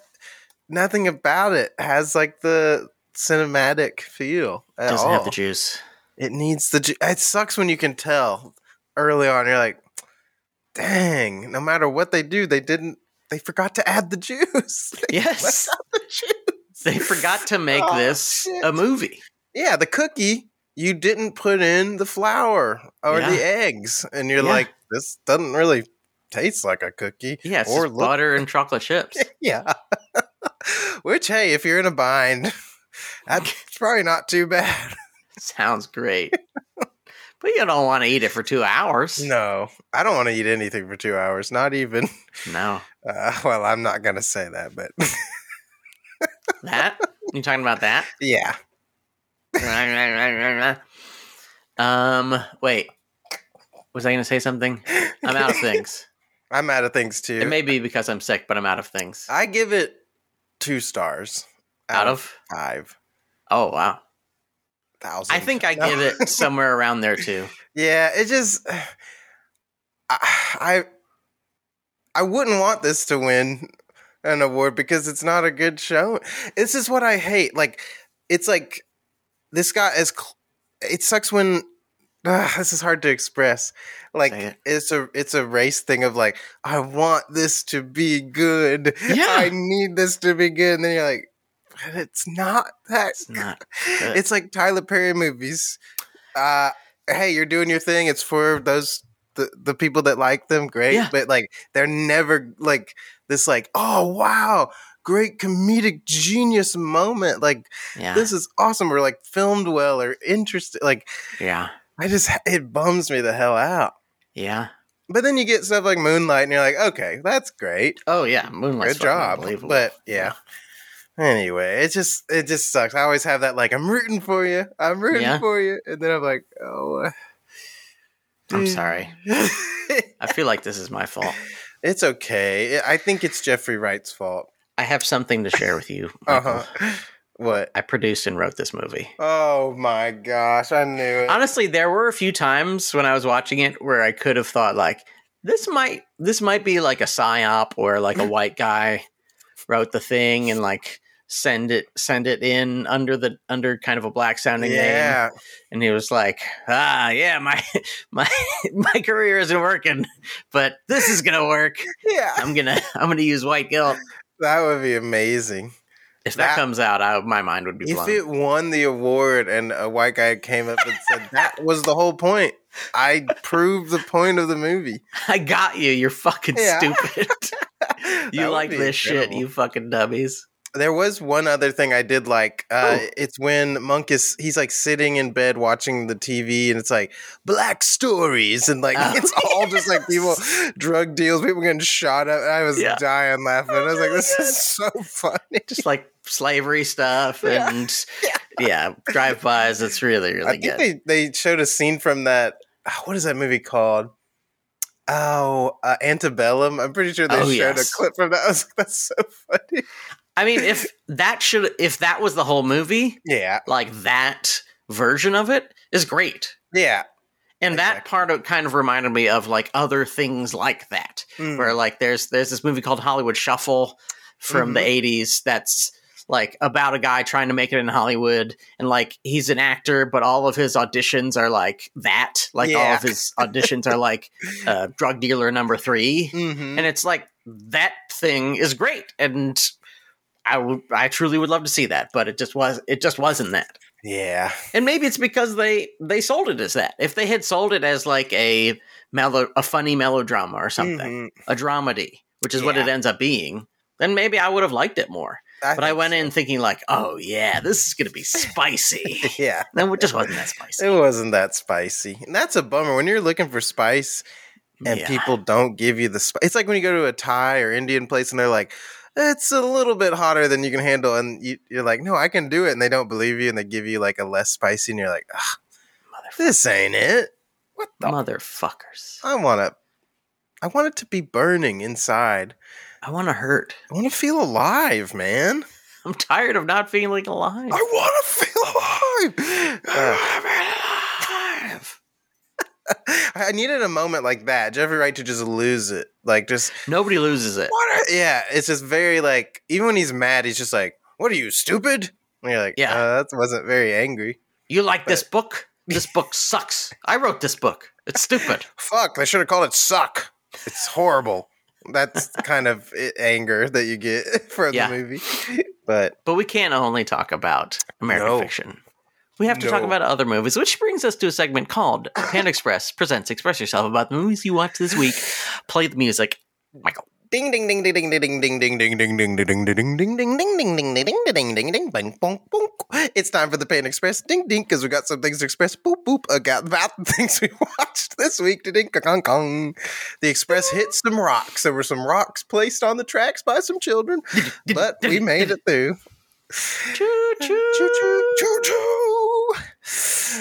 [SPEAKER 2] nothing about it has like the cinematic feel at
[SPEAKER 1] Doesn't
[SPEAKER 2] all.
[SPEAKER 1] have the juice.
[SPEAKER 2] It needs the. ju- It sucks when you can tell early on. You're like, dang! No matter what they do, they didn't. They forgot to add the juice. <laughs> They
[SPEAKER 1] Yes.
[SPEAKER 2] left out the juice.
[SPEAKER 1] They forgot to make
[SPEAKER 2] Oh,
[SPEAKER 1] this
[SPEAKER 2] shit.
[SPEAKER 1] a movie.
[SPEAKER 2] yeah, the cookie, you didn't put in the flour or
[SPEAKER 1] Yeah.
[SPEAKER 2] the eggs. And you're
[SPEAKER 1] Yeah.
[SPEAKER 2] like, this doesn't really taste like a cookie. <laughs>
[SPEAKER 1] Yeah, it's
[SPEAKER 2] Or
[SPEAKER 1] just
[SPEAKER 2] look-
[SPEAKER 1] butter and chocolate
[SPEAKER 2] <laughs>
[SPEAKER 1] chips.
[SPEAKER 2] Yeah. Which, hey, if you're in a bind, <laughs>
[SPEAKER 1] <laughs>
[SPEAKER 2] that's probably not too bad.
[SPEAKER 1] Sounds great. but you don't want to eat it for two hours.
[SPEAKER 2] No, <laughs> I don't want to eat anything for two hours, not even. <laughs>
[SPEAKER 1] No.
[SPEAKER 2] Uh, well, I'm not going to say that, but <laughs>
[SPEAKER 1] That? You talking about that?
[SPEAKER 2] yeah.
[SPEAKER 1] um, wait. Was I going to say something? I'm
[SPEAKER 2] <laughs>
[SPEAKER 1] out of things.
[SPEAKER 2] I'm out of things too.
[SPEAKER 1] It may be because I'm sick, but I'm out of things.
[SPEAKER 2] I give it two stars
[SPEAKER 1] Out of?
[SPEAKER 2] five
[SPEAKER 1] Oh, wow.
[SPEAKER 2] thousand.
[SPEAKER 1] I think I
[SPEAKER 2] <laughs> No.
[SPEAKER 1] give it somewhere around there, too.
[SPEAKER 2] Yeah, it just <sighs> I I- I wouldn't want this to win an award because it's not a good show. This is what I hate. Like it's like this guy is cl- it sucks when <sighs> Ugh, this is hard to express. Like
[SPEAKER 1] Say it.
[SPEAKER 2] it's a it's a race thing of like I want this to be good.
[SPEAKER 1] Yeah.
[SPEAKER 2] I need this to be good. And then you're like but it's not that
[SPEAKER 1] It's not. good.
[SPEAKER 2] it's like Tyler Perry movies. Uh, hey, you're doing your thing. It's for those the, the people that like them, great.
[SPEAKER 1] Yeah.
[SPEAKER 2] But like, they're never like this. Like, oh wow, great comedic genius moment. Like,
[SPEAKER 1] Yeah.
[SPEAKER 2] this is awesome. Or like filmed well or interesting. Like,
[SPEAKER 1] yeah.
[SPEAKER 2] I just it bums me the hell out.
[SPEAKER 1] Yeah.
[SPEAKER 2] But then you get stuff like Moonlight, and you're like, okay, that's great.
[SPEAKER 1] Oh, yeah. Moonlight's
[SPEAKER 2] Good
[SPEAKER 1] fucking
[SPEAKER 2] job.
[SPEAKER 1] Unbelievable.
[SPEAKER 2] But yeah. Anyway, it just it just sucks. I always have that like I'm rooting for you, I'm rooting
[SPEAKER 1] Yeah.
[SPEAKER 2] for you, and then I'm like, oh,
[SPEAKER 1] I'm
[SPEAKER 2] <laughs>
[SPEAKER 1] sorry.
[SPEAKER 2] uh,
[SPEAKER 1] I feel like this is my fault.
[SPEAKER 2] it's okay. I I think it's Jeffrey Wright's fault.
[SPEAKER 1] I have something to share with you.
[SPEAKER 2] Uh
[SPEAKER 1] Michael.
[SPEAKER 2] huh. <laughs> What?
[SPEAKER 1] I produced and wrote this movie.
[SPEAKER 2] Oh my gosh, I knew it.
[SPEAKER 1] Honestly, there were a few times when I was watching it where I could have thought like this might this might be like a psyop or like
[SPEAKER 2] Mm-hmm.
[SPEAKER 1] a white guy wrote the thing and like send it send it in under the under kind of a black sounding name
[SPEAKER 2] yeah,
[SPEAKER 1] and he was like ah yeah my <laughs> my my career isn't working but this is gonna work
[SPEAKER 2] yeah,
[SPEAKER 1] i'm gonna <laughs> i'm gonna use white guilt
[SPEAKER 2] that would be amazing.
[SPEAKER 1] if that,
[SPEAKER 2] That-
[SPEAKER 1] comes out I, my mind would be
[SPEAKER 2] If
[SPEAKER 1] blown
[SPEAKER 2] it won the award and a white guy came up and said that was the whole point, I proved the point of the
[SPEAKER 1] <laughs>
[SPEAKER 2] movie.
[SPEAKER 1] <laughs> i got you you're fucking
[SPEAKER 2] Yeah.
[SPEAKER 1] stupid <laughs>
[SPEAKER 2] That
[SPEAKER 1] you
[SPEAKER 2] would
[SPEAKER 1] like
[SPEAKER 2] be
[SPEAKER 1] this shit
[SPEAKER 2] incredible.
[SPEAKER 1] you fucking dummies
[SPEAKER 2] There was one other thing I did like. Uh,
[SPEAKER 1] Oh.
[SPEAKER 2] It's when Monk is he's like sitting in bed watching the TV, and it's like black stories, and like
[SPEAKER 1] Oh,
[SPEAKER 2] it's all just like people drug deals, people getting shot up. I was
[SPEAKER 1] Yeah.
[SPEAKER 2] dying laughing. I was like, this
[SPEAKER 1] really <laughs>
[SPEAKER 2] is so funny.
[SPEAKER 1] just like slavery stuff
[SPEAKER 2] Yeah.
[SPEAKER 1] and
[SPEAKER 2] Yeah.
[SPEAKER 1] yeah, drive bys. It's really really
[SPEAKER 2] I think
[SPEAKER 1] good.
[SPEAKER 2] they they showed a scene from that. ah, What is that movie called? Oh, uh, Antebellum. I'm pretty sure they
[SPEAKER 1] Oh,
[SPEAKER 2] showed
[SPEAKER 1] yes.
[SPEAKER 2] a clip from that. I was like, that's so funny.
[SPEAKER 1] I mean, if that should if that was the whole movie,
[SPEAKER 2] Yeah,
[SPEAKER 1] like that version of it is great.
[SPEAKER 2] yeah.
[SPEAKER 1] And that
[SPEAKER 2] Exactly.
[SPEAKER 1] part of, kind of reminded me of like other things like that,
[SPEAKER 2] Mm.
[SPEAKER 1] where like there's there's this movie called Hollywood Shuffle from the '80s that's like about a guy trying to make it in Hollywood, and like he's an actor, but all of his auditions are like that. Like all
[SPEAKER 2] Yeah.
[SPEAKER 1] of his auditions are like uh, drug dealer number three,
[SPEAKER 2] Mhm.
[SPEAKER 1] and it's like that thing is great and i would i truly would love to see that but it just was it just wasn't that
[SPEAKER 2] Yeah.
[SPEAKER 1] and maybe it's because they they sold it as that if they had sold it as like a melo a funny melodrama or something
[SPEAKER 2] Mhm.
[SPEAKER 1] a dramedy which is what
[SPEAKER 2] Yeah.
[SPEAKER 1] it ends up being then maybe i would have liked it more but i
[SPEAKER 2] mm-hmm, think
[SPEAKER 1] went
[SPEAKER 2] so.
[SPEAKER 1] in thinking like oh yeah this is gonna
[SPEAKER 2] <laughs>
[SPEAKER 1] be spicy
[SPEAKER 2] Yeah.
[SPEAKER 1] then it just wasn't that spicy
[SPEAKER 2] It wasn't that spicy. And that's a bummer. When you're looking for spice and
[SPEAKER 1] Yeah.
[SPEAKER 2] people don't give you the spice, it's like when you go to a Thai or Indian place and they're like, it's a little bit hotter than you can handle. And you, you're like, no, I can do it. And they don't believe you and they give you like a less spicy. And you're like, "Ugh, this ain't it. What the?
[SPEAKER 1] <laughs> motherfuckers
[SPEAKER 2] I want to. I want it to be burning inside.
[SPEAKER 1] i want to hurt
[SPEAKER 2] I want to feel alive, man.
[SPEAKER 1] i'm tired of not feeling alive
[SPEAKER 2] I want to feel alive. Ugh. <sighs> I needed a moment like that. Jeffrey Wright to just lose it. Like, just
[SPEAKER 1] Nobody loses it.
[SPEAKER 2] what are- yeah it's just very like even when he's mad he's just like what are you stupid and you're like
[SPEAKER 1] Yeah.
[SPEAKER 2] yeah that wasn't very angry
[SPEAKER 1] You like this book? This book sucks. I wrote this book. It's stupid.
[SPEAKER 2] fuck they should have called it suck it's horrible that's kind of i eh, anger that you get <laughs> from
[SPEAKER 1] Yeah.
[SPEAKER 2] the movie But
[SPEAKER 1] But we can't only talk about American
[SPEAKER 2] No.
[SPEAKER 1] fiction. We have to talk
[SPEAKER 2] No.
[SPEAKER 1] about other movies, which brings us to a segment called Panda Express Presents Express Yourself about the movies you watched this week. Play the music. Michael.
[SPEAKER 2] ding ding ding ding ding ding ding ding ding ding ding ding ding ding ding ding ding ding ding ding ding ding ding ding bang bong bong. It's time for the Pan Express. Ding ding, because we got some things to express. Boop boop. I got about the things we watched this week. Ding kong kong. The Express hit some rocks. There were some rocks placed on the tracks by some children, but we made it through.
[SPEAKER 1] Choo
[SPEAKER 2] Choo
[SPEAKER 1] choo.
[SPEAKER 2] choo choo choo.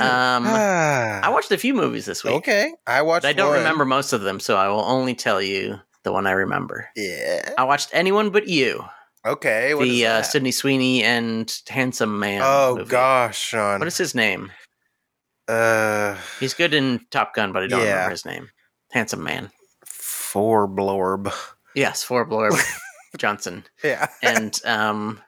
[SPEAKER 1] Um, I
[SPEAKER 2] Ah.
[SPEAKER 1] watched a few movies this week.
[SPEAKER 2] Okay, I watched.
[SPEAKER 1] I don't
[SPEAKER 2] one.
[SPEAKER 1] remember most of them, so I will only tell you the one I remember.
[SPEAKER 2] Yeah.
[SPEAKER 1] I watched Anyone But You,
[SPEAKER 2] Okay. what is
[SPEAKER 1] the uh,
[SPEAKER 2] that?
[SPEAKER 1] Sidney Sweeney and Handsome Man.
[SPEAKER 2] Oh
[SPEAKER 1] movie.
[SPEAKER 2] gosh, Sean.
[SPEAKER 1] What is his name?
[SPEAKER 2] uh,
[SPEAKER 1] He's good in Top Gun, but I don't
[SPEAKER 2] Yeah.
[SPEAKER 1] remember his name. Handsome Man.
[SPEAKER 2] four blorb.
[SPEAKER 1] Yes, for
[SPEAKER 2] <laughs>
[SPEAKER 1] Blorb Johnson.
[SPEAKER 2] Yeah.
[SPEAKER 1] And um,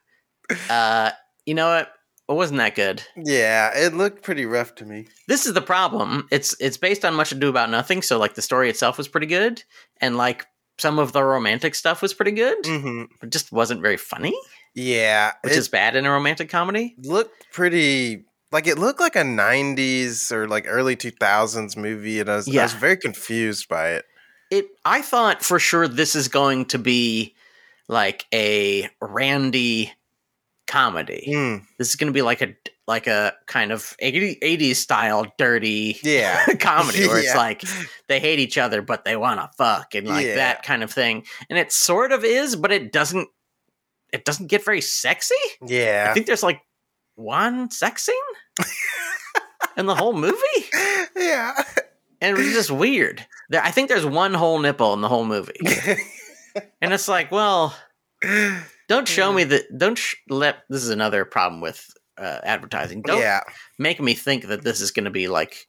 [SPEAKER 1] uh, you know what? It wasn't that good.
[SPEAKER 2] <laughs> Yeah, it looked pretty rough to me.
[SPEAKER 1] this is the problem. It's it's based on Much Ado About Nothing, so like the story itself was pretty good, and like some of the romantic stuff was pretty good.
[SPEAKER 2] Mm-hmm.
[SPEAKER 1] It just wasn't very funny,
[SPEAKER 2] Yeah,
[SPEAKER 1] which
[SPEAKER 2] it
[SPEAKER 1] is bad in a romantic comedy.
[SPEAKER 2] looked pretty. Like it looked like a '90s or like early 2000s movie, and I was, I
[SPEAKER 1] Yeah.
[SPEAKER 2] was very confused by it.
[SPEAKER 1] It I thought for sure this is going to be like a randy comedy.
[SPEAKER 2] Mm,
[SPEAKER 1] This is going to be like a like a kind of 80, 80s style dirty
[SPEAKER 2] yeah,
[SPEAKER 1] comedy where it's
[SPEAKER 2] Yeah.
[SPEAKER 1] like they hate each other but they want to fuck and like
[SPEAKER 2] Yeah.
[SPEAKER 1] that kind of thing and it sort of is but it doesn't it doesn't get very sexy i
[SPEAKER 2] yeah.
[SPEAKER 1] think there's like one sex
[SPEAKER 2] <laughs>
[SPEAKER 1] scene in the whole movie
[SPEAKER 2] yeah.
[SPEAKER 1] and it was just weird there, i think there's one whole nipple in the whole
[SPEAKER 2] <laughs>
[SPEAKER 1] movie and it's like well don't show me that don't sh- let this is another problem with uh, advertising don't
[SPEAKER 2] yeah.
[SPEAKER 1] make me think that this is going to be like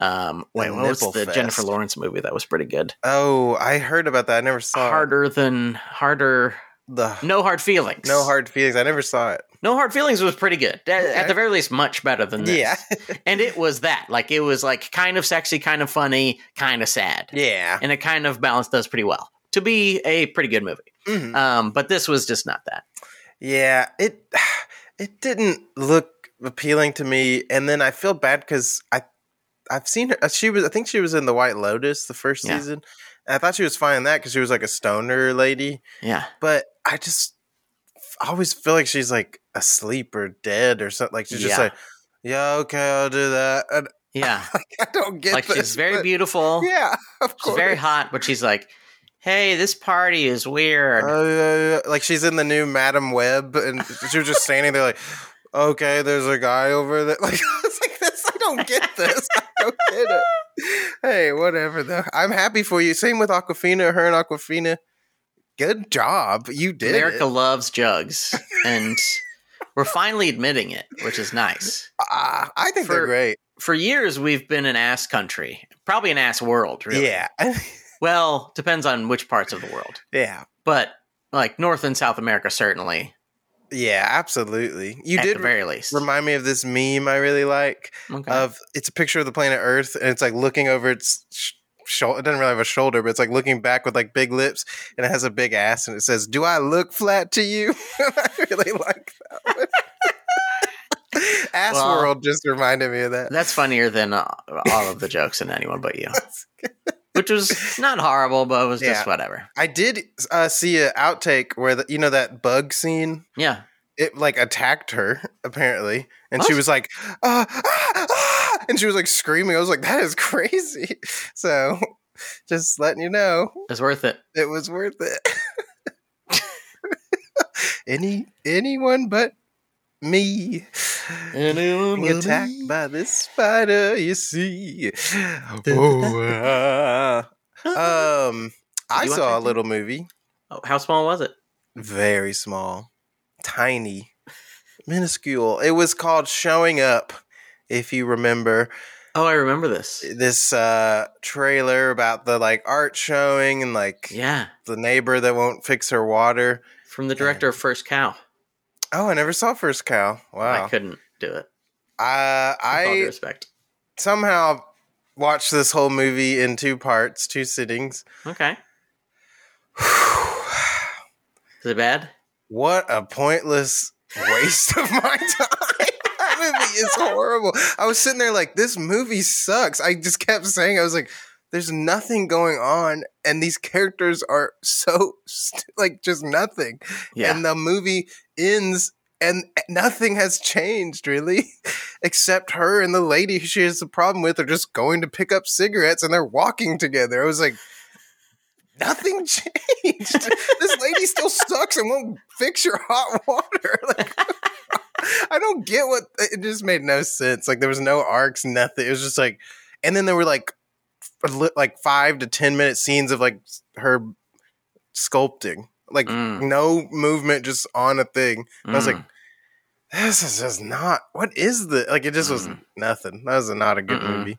[SPEAKER 1] um wait what was
[SPEAKER 2] nipple
[SPEAKER 1] the
[SPEAKER 2] fest.
[SPEAKER 1] jennifer lawrence movie that was pretty good
[SPEAKER 2] Oh, I heard about that. I never saw it.
[SPEAKER 1] harder than harder
[SPEAKER 2] the
[SPEAKER 1] no hard feelings
[SPEAKER 2] no hard feelings. I never saw it.
[SPEAKER 1] no hard feelings was pretty good at, at the
[SPEAKER 2] Okay.
[SPEAKER 1] very least much better than this
[SPEAKER 2] Yeah, <laughs>
[SPEAKER 1] <laughs> and it was that like it was like kind of sexy kind of funny kind of sad
[SPEAKER 2] yeah.
[SPEAKER 1] and it kind of balanced those pretty well to be a pretty good movie
[SPEAKER 2] Mhm.
[SPEAKER 1] um but this was just not that
[SPEAKER 2] Yeah, it <sighs> it didn't look appealing to me, and then I feel bad because I I've seen her. uh, She was I think she was in the White Lotus the first
[SPEAKER 1] Yeah.
[SPEAKER 2] season. And I thought she was fine in that because she was like a stoner lady,
[SPEAKER 1] yeah
[SPEAKER 2] but I just I always feel like she's like asleep or dead or something. Like she's just
[SPEAKER 1] Yeah.
[SPEAKER 2] like, yeah, okay, I'll do that. And <laughs>
[SPEAKER 1] yeah
[SPEAKER 2] I don't get
[SPEAKER 1] like
[SPEAKER 2] this,
[SPEAKER 1] she's very
[SPEAKER 2] but-
[SPEAKER 1] beautiful
[SPEAKER 2] Yeah, <laughs> of
[SPEAKER 1] she's
[SPEAKER 2] course.
[SPEAKER 1] very hot but she's like hey this party is weird
[SPEAKER 2] Oh, yeah, yeah. Like she's in the new Madam Web, and she was just standing there, like, okay, there's a guy over there. <laughs> Like, I was like, this, I don't get this. I don't get it. Hey, whatever though. I'm happy for you. Same with Aquafina. Her and Aquafina. Good job, you did.
[SPEAKER 1] America
[SPEAKER 2] It.
[SPEAKER 1] loves jugs,
[SPEAKER 2] <laughs>
[SPEAKER 1] and we're finally admitting it, which is nice.
[SPEAKER 2] Ah, I think
[SPEAKER 1] For-
[SPEAKER 2] they're great.
[SPEAKER 1] For years, we've been an ass country, probably an ass world, really.
[SPEAKER 2] Yeah, <laughs>
[SPEAKER 1] Well, depends on which parts of the world,
[SPEAKER 2] yeah,
[SPEAKER 1] but like North and South America, certainly.
[SPEAKER 2] yeah. Absolutely. You
[SPEAKER 1] at
[SPEAKER 2] did
[SPEAKER 1] the very least.
[SPEAKER 2] remind me of this meme I really like.
[SPEAKER 1] okay.
[SPEAKER 2] of it's a picture of the planet Earth, and it's like looking over its sh- shoulder. It doesn't really have a shoulder, but it's like looking back with like big lips, and it has a big ass, and it says, "Do I look flat to you?" <laughs> I really like that. One. <laughs> ass
[SPEAKER 1] Well-
[SPEAKER 2] world just reminded me of that.
[SPEAKER 1] That's funnier than uh, all of the jokes in anyone
[SPEAKER 2] <laughs>
[SPEAKER 1] but you, which was not horrible, but it was just
[SPEAKER 2] Yeah.
[SPEAKER 1] whatever.
[SPEAKER 2] I did uh, see an outtake where the, you know that bug scene.
[SPEAKER 1] Yeah.
[SPEAKER 2] It like attacked her apparently, and she
[SPEAKER 1] What?
[SPEAKER 2] was like, uh, ah, ah," and she was like screaming. I was like, "That is crazy." <laughs> So, just letting you know.
[SPEAKER 1] It's worth it.
[SPEAKER 2] it was worth it. <laughs> Any anyone but me being attacked by this spider, you see. Oh, uh, um, I
[SPEAKER 1] you watch
[SPEAKER 2] saw a
[SPEAKER 1] anything?
[SPEAKER 2] little movie,
[SPEAKER 1] Oh, how small was it?
[SPEAKER 2] very small, tiny, minuscule. It was called "Showing Up." If you remember,
[SPEAKER 1] Oh, I remember this.
[SPEAKER 2] this uh, trailer about the like art showing and like
[SPEAKER 1] Yeah.
[SPEAKER 2] the neighbor that won't fix her water.
[SPEAKER 1] From the director of First Cow.
[SPEAKER 2] Oh, I never saw First Cow.
[SPEAKER 1] I
[SPEAKER 2] Wow.
[SPEAKER 1] couldn't do it.
[SPEAKER 2] Uh,
[SPEAKER 1] With all due
[SPEAKER 2] I
[SPEAKER 1] respect.
[SPEAKER 2] somehow watched this whole movie in two parts, two sittings.
[SPEAKER 1] Okay. Is it bad?
[SPEAKER 2] <sighs> What a pointless waste of my <laughs> time. That movie is horrible. I was sitting there like, this movie sucks. I just kept saying, I was like, there's nothing going on, and these characters are so <laughs> st- like just nothing.
[SPEAKER 1] Yeah.
[SPEAKER 2] And the movie ends, and nothing has changed really, <laughs> except her and the lady who she has a problem with are just going to pick up cigarettes, and they're walking together. I was like, nothing <laughs> changed. this lady still sucks and won't fix your hot water. <laughs> Like, I don't get what it just made no sense. Like there was no arcs, nothing. It was just like, and then there were like, li- like five to ten minute scenes of like her sculpting, like
[SPEAKER 1] Mm.
[SPEAKER 2] no movement, just on a thing. And I was
[SPEAKER 1] Mm.
[SPEAKER 2] like, this is just not. What is the like? It just was
[SPEAKER 1] Mm.
[SPEAKER 2] nothing. That was not a good
[SPEAKER 1] Mm-mm.
[SPEAKER 2] movie.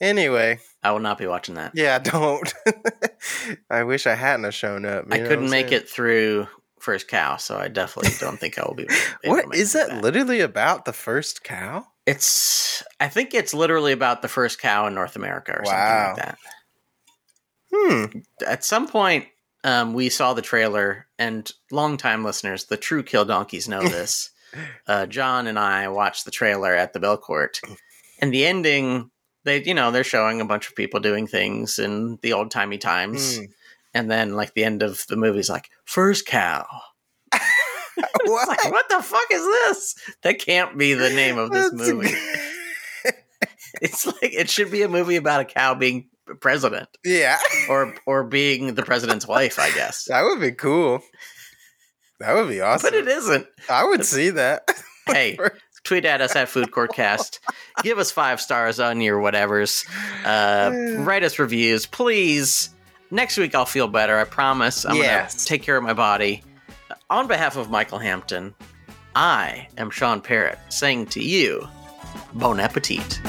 [SPEAKER 2] Anyway,
[SPEAKER 1] I will not be watching that.
[SPEAKER 2] yeah, <laughs> don't. I wish I hadn't have shown up.
[SPEAKER 1] I
[SPEAKER 2] you know what
[SPEAKER 1] couldn't
[SPEAKER 2] I'm
[SPEAKER 1] make
[SPEAKER 2] saying?
[SPEAKER 1] it through first cow, so I definitely don't think I will
[SPEAKER 2] <laughs>
[SPEAKER 1] be. able to
[SPEAKER 2] What
[SPEAKER 1] make
[SPEAKER 2] is
[SPEAKER 1] it
[SPEAKER 2] that,
[SPEAKER 1] through
[SPEAKER 2] literally about? The first cow?
[SPEAKER 1] It's. I think it's literally about the first cow in North America or
[SPEAKER 2] Wow.
[SPEAKER 1] something like <laughs>
[SPEAKER 2] Hmm. <laughs>
[SPEAKER 1] that. At some point, um, we saw the trailer, and longtime listeners, the true kill donkeys,
[SPEAKER 2] <laughs>
[SPEAKER 1] know this. uh, John and I watched the trailer at the Bell Court, and the ending. They, you know, they're showing a bunch of people doing things in the old timey times,
[SPEAKER 2] Hmm.
[SPEAKER 1] and then like the end of the movie's like first cow.
[SPEAKER 2] What?
[SPEAKER 1] Like,
[SPEAKER 2] <laughs>
[SPEAKER 1] what the fuck is this? That can't be the name of this
[SPEAKER 2] That's-
[SPEAKER 1] movie. It's like it should be a movie about a cow being president
[SPEAKER 2] <laughs>
[SPEAKER 1] <laughs>
[SPEAKER 2] yeah,
[SPEAKER 1] or or being the president's wife, I
[SPEAKER 2] <laughs>
[SPEAKER 1] guess.
[SPEAKER 2] that would be cool. That would be awesome.
[SPEAKER 1] But it isn't.
[SPEAKER 2] I would see that. <laughs>
[SPEAKER 1] <laughs> Hey, tweet at us at Food Court Cast. Give us five stars on your whatevers. Uh, write us reviews, please. Next week I'll feel better. I promise. I'm
[SPEAKER 2] Yes.
[SPEAKER 1] gonna take care of my body. On behalf of Michael Hampton, I am Sean Parrott saying to you, Bon appetit.